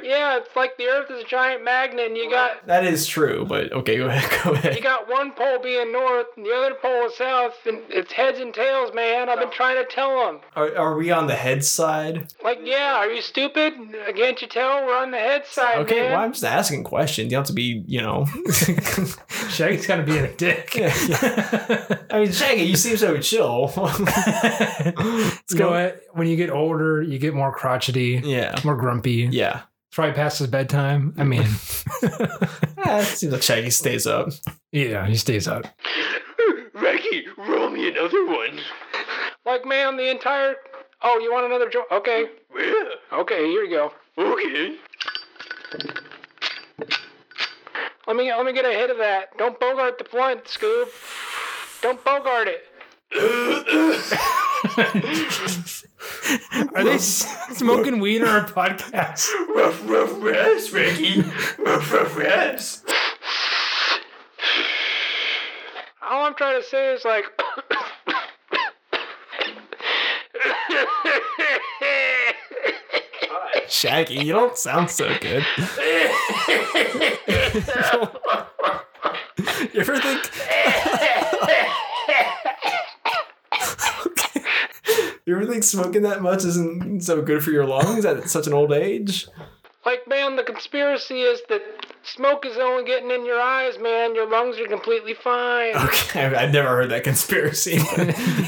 E: Yeah, it's like the Earth is a giant magnet. And you got
B: that is true. But okay, go ahead. Go
E: you
B: ahead.
E: got one pole being north and the other pole is south, and it's heads and tails, man. I've been trying to tell them.
B: Are, are we on the head side?
E: Like, yeah, are you stupid? Uh, Can't you tell? We're on the head side,
B: Okay.
E: man.
B: Well, I'm just asking questions. You don't have to be. You know.
A: Shaggy's kind of being a dick.
B: Yeah, I mean, Shaggy, you seem so chill.
A: Let's go. at- When you get older, you get more crotchety,
B: yeah.
A: more grumpy.
B: Yeah.
A: It's probably past his bedtime. I mean,
B: Ah, it seems like Shaggy stays up.
A: yeah, he stays up.
C: Reggie, roll me another one.
E: Like, man, the entire. Oh, you want another joint? Okay,
C: Yeah.
E: okay, here you go.
C: Okay.
E: Let me let me get ahead of that. Don't bogart the blunt, Scoob. Don't bogart it.
A: Are they s- smoking weed or a podcast?
C: Rough, rough rats, Reggie. Rough, rough rats.
E: All I'm trying to say is like,
B: Shaggy, you don't sound so good. you ever think? you ever think smoking that much isn't so good for your lungs at such an old age?
E: like man, the conspiracy is that smoke is only getting in your eyes, man. Your lungs are completely fine.
B: Okay, I- I've never heard that conspiracy.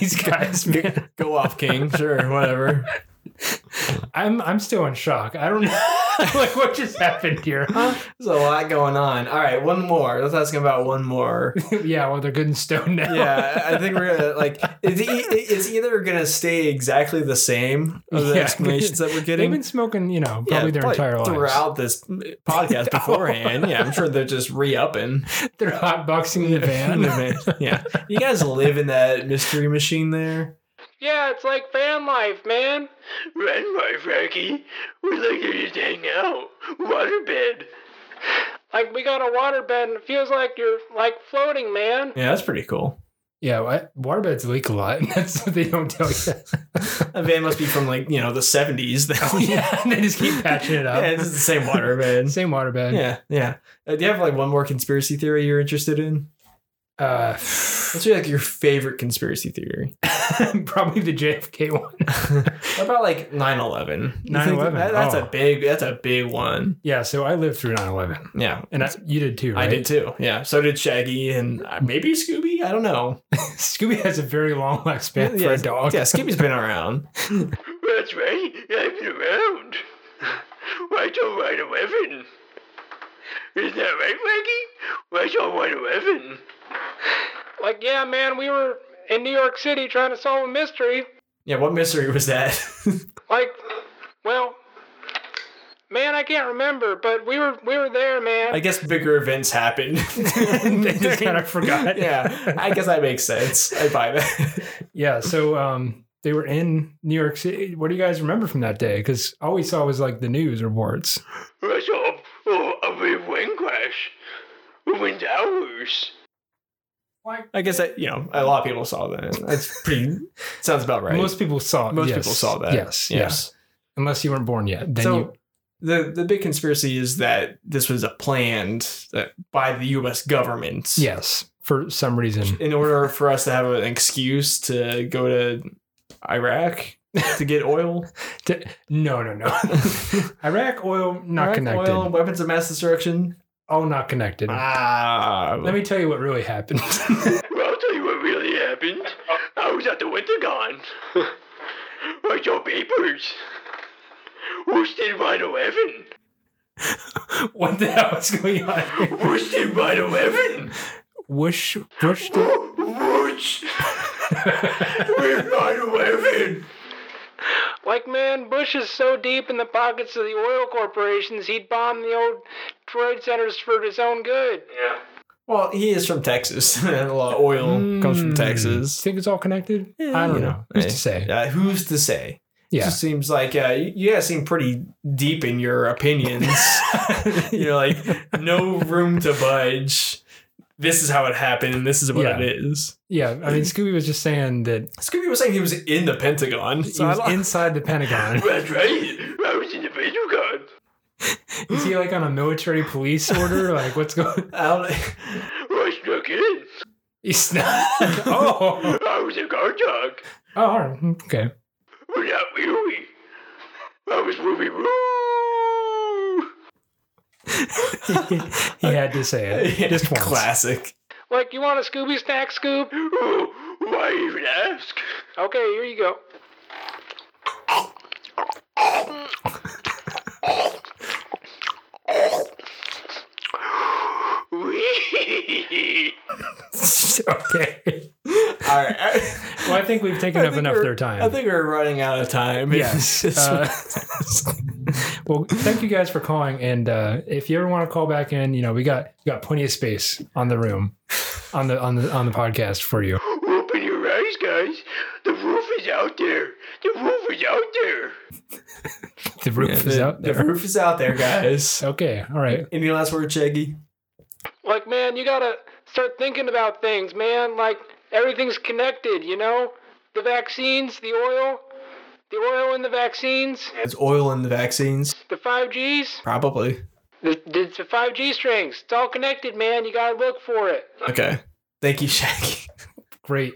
A: These guys, man.
B: Go off, King. Sure, whatever.
A: I'm I'm still in shock. I don't know like what just happened here. Huh?
B: There's a lot going on. All right, one more. Let's ask him about one more.
A: Yeah, well they're good and stoned now.
B: yeah, I think we're gonna like it's, e- it's either gonna stay exactly the same of the
A: Yeah.
B: explanations that we're
A: They've
B: getting.
A: been smoking, you know,
B: Yeah,
A: probably their
B: probably
A: entire lives.
B: throughout this podcast beforehand. Yeah, I'm sure they're just re-upping.
A: They're hotboxing in the van.
B: yeah, you guys live in that mystery machine there.
E: Yeah, it's like fan life, man.
C: Red my Reggie. We'd like to just hang out. Waterbed.
E: Like we got a waterbed and it feels like you're like floating, man.
B: Yeah, that's pretty cool.
A: yeah, what? waterbeds leak a lot. That's what they don't tell you.
B: That van must be from like you know the 70s. yeah,
A: Oh, yeah, they just keep patching it up.
B: it's the same water man.
A: Same waterbed.
B: Yeah, yeah. Uh, do you have like one more conspiracy theory you're interested in?
A: Uh,
B: What's your, like your favorite conspiracy theory?
A: probably the JFK one.
B: What about like 9/11? You think
A: 9/11,
B: that- That's
A: oh.
B: a big. That's a big one.
A: Yeah, so I lived through 9 11.
B: Yeah.
A: And I, you did too, right?
B: I did too. Yeah. So did Shaggy and uh, maybe Scooby. I don't know.
A: Scooby has a very long lifespan for a dog.
B: Yeah, Scooby's been around.
C: That's right. I've been around. Why don't I know heaven? Is that right, Reggie? Why don't I know heaven?
E: Like yeah, man, we were in New York City trying to solve a mystery.
B: Yeah, what mystery was that?
E: Like, well, man, I can't remember, but we were we were there, man.
B: I guess bigger events happened.
A: They just kind of forgot.
B: yeah, I guess that makes sense. I buy that.
A: Yeah. So um, they were in New York City. What do you guys remember from that day? Because all we saw was like the news reports.
C: I saw oh, a big wind crash. Wind towers.
B: I guess that you know a lot of people saw that. That's pretty. Sounds about right.
A: Most people saw it.
B: Most
A: yes.
B: people saw that.
A: Yes. Yes. Unless you weren't born yet. Then
B: so
A: you,
B: the the big conspiracy is that this was a planned uh, by the U.S. government.
A: yes. For some reason.
B: In order for us to have an excuse to go to Iraq to get oil,
A: T- No, no, no. Iraq oil, not
B: Iraq,
A: connected.
B: oil, weapons of mass destruction.
A: All not connected.
B: Ah,
A: Let me tell you what really happened.
C: Well, I'll tell you what really happened. I was at the Wintergon. I saw papers. Worsted by the heaven.
A: what the hell is going on? here?
C: Worsted by the heaven.
A: Whoosh, whoosh.
C: Woosh. We're by the heaven.
E: Like, man, Bush is so deep in the pockets of the oil corporations, he'd bomb the old trade centers for his own good.
C: Yeah.
B: Well, he is from Texas. and a lot of oil comes from
A: Mm.
B: Texas.
A: Think it's all connected? I don't
B: you
A: know. Who's to
B: eh,
A: say?
B: Uh, who's to say?
A: Yeah.
B: just seems like uh, you you guys seem pretty deep in your opinions. You're like no room to budge. This is how it happened, and this is what
A: Yeah.
B: it is.
A: yeah. I mean, Scooby was just saying that
B: Scooby was saying he was in the Pentagon.
A: he
B: So I
A: was
B: don't-
A: inside the Pentagon.
C: That's right. I was in the video card.
A: Is he like on a military police order? Like, what's going
B: I don't.
C: I snuck in.
A: He's not. Oh.
C: I was a guard dog.
A: Oh, all right. Okay.
C: We're not weary. I was Ruby Woo.
A: he had to say it Oh. just once.
B: Classic.
E: Like, you want a Scooby snack scoop?
C: Ooh, Oh, Why even ask?
E: Okay, here you go.
C: Wee.
A: okay.
B: All right.
A: Well, I think we've taken
B: I
A: up
B: think
A: enough of
B: we're-
A: their time.
B: I think we're running out of time.
A: Yes.
B: It's just-
A: Uh, well, thank you guys for calling, and uh, if you ever want to call back in, you know we got we got plenty of space on the room, on the on the on the podcast for you.
C: Open your eyes, guys. The roof is out there. The roof is out there.
A: The roof is
B: the,
A: out
B: the
A: there.
B: roof is out there, guys.
A: Okay, all right.
B: Any last word, Shaggy?
E: Like, man, you gotta start thinking about things, man. Like, everything's connected, you know? The vaccines, the oil, the oil in the vaccines,
B: Is oil in the vaccines?
E: the 5Gs,
B: Probably.
E: the, the, the 5G strings. It's all connected, man. You gotta look for it.
B: Okay. Thank you, Shaggy.
A: Great,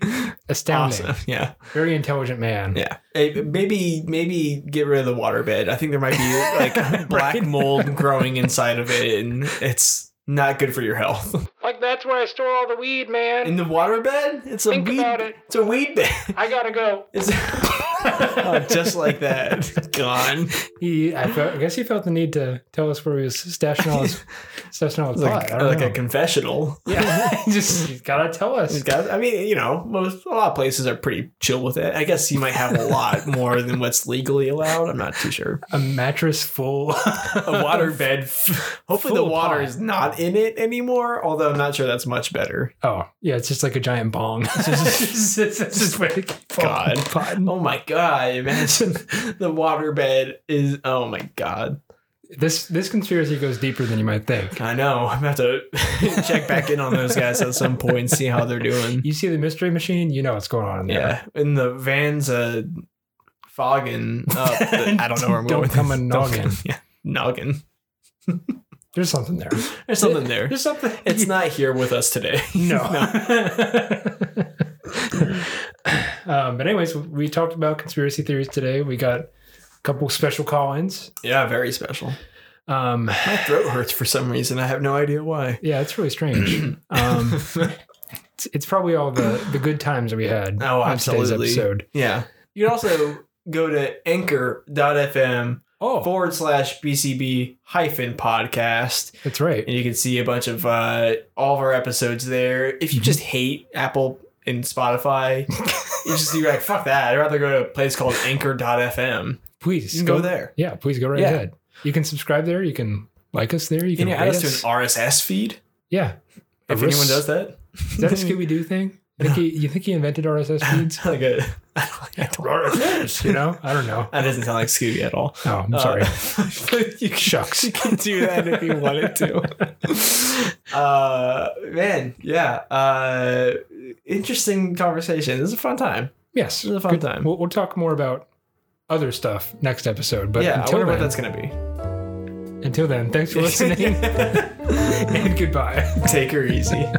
A: astounding,
B: Awesome. Yeah.
A: very intelligent man.
B: Yeah. Eh, maybe maybe get rid of the water bed. I think there might be like black mold growing inside of it and it's not good for your health.
E: Like, that's where I store all the weed, man.
B: In the water bed? It's a
E: Think
B: weed
E: about it.
B: it's a weed bed.
E: I gotta go.
B: It's Oh, just like that. Gone.
A: He, I, felt, I guess he felt the need to tell us where he was stashing all his stashing all his pot.
B: Like,
A: I don't
B: like
A: know.
B: a confessional.
A: yeah, he just he's gotta tell us.
B: Guys, I mean, you know, most a lot of places are pretty chill with it. I guess you might have a lot more than what's legally allowed. I'm not too sure.
A: A mattress full
B: a water bed. Hopefully, the
A: Full of
B: water
A: pot.
B: is not in it anymore. Although I'm not sure that's much better.
A: Oh, yeah, it's just like a giant bong. It's just- it's just where they keep
B: God.
A: falling.
B: Oh my god! Imagine the water bed is. Oh my god!
A: This this conspiracy goes deeper than you might think.
B: I know. I'm gonna have to check back in on those guys at some point and see how they're doing.
A: You see the mystery machine, you know what's going on in there.
B: Yeah, and the van's uh, fogging up. the- I don't know where I'm
A: Don't
B: going. with
A: come
B: this.
A: a
B: Don't-
A: noggin.
B: Yeah, noggin.
A: There's something there.
B: There's something there.
A: There's something.
B: It's not here with us today.
A: no. um, but anyways, we talked about conspiracy theories today. We got a couple special call-ins.
B: Yeah, very special.
A: Um,
B: My throat hurts for some reason. I have no idea why.
A: yeah, it's really strange. Um, it's, it's probably all the the good times that we had.
B: Oh,
A: on today's
B: absolutely.
A: episode.
B: Yeah. You can also go to anchor.fm
A: Oh,
B: forward slash BCB hyphen podcast.
A: that's right.
B: And you can see a bunch of uh, all of our episodes there. If you just hate Apple and Spotify, you just you're like, fuck that. I'd rather go to a place called anchor.fm.
A: Please
B: You can go there.
A: Yeah, please go right
B: Yeah.
A: ahead. You can subscribe there. You can like us there. You
B: You
A: can,
B: can
A: rate
B: add us to
A: us.
B: an RSS feed
A: yeah.
B: if
A: RSS.
B: anyone does that.
A: Is that a Scooby Doo thing? I think he, you think he invented RSS feeds?
B: like a, I don't, RSS.
A: you know, I don't know.
B: That doesn't sound like Scooby at all.
A: Oh, I'm sorry.
B: Uh, you can
A: Shucks.
B: You can do that if you wanted to. Uh, man, yeah. Uh, interesting conversation. This is a fun time.
A: yes,
B: It was a fun time.
A: We'll, we'll talk more about other stuff next episode. But
B: yeah, I
A: until
B: wonder
A: then,
B: what that's gonna be.
A: until then, thanks for listening and goodbye.
B: Take her easy.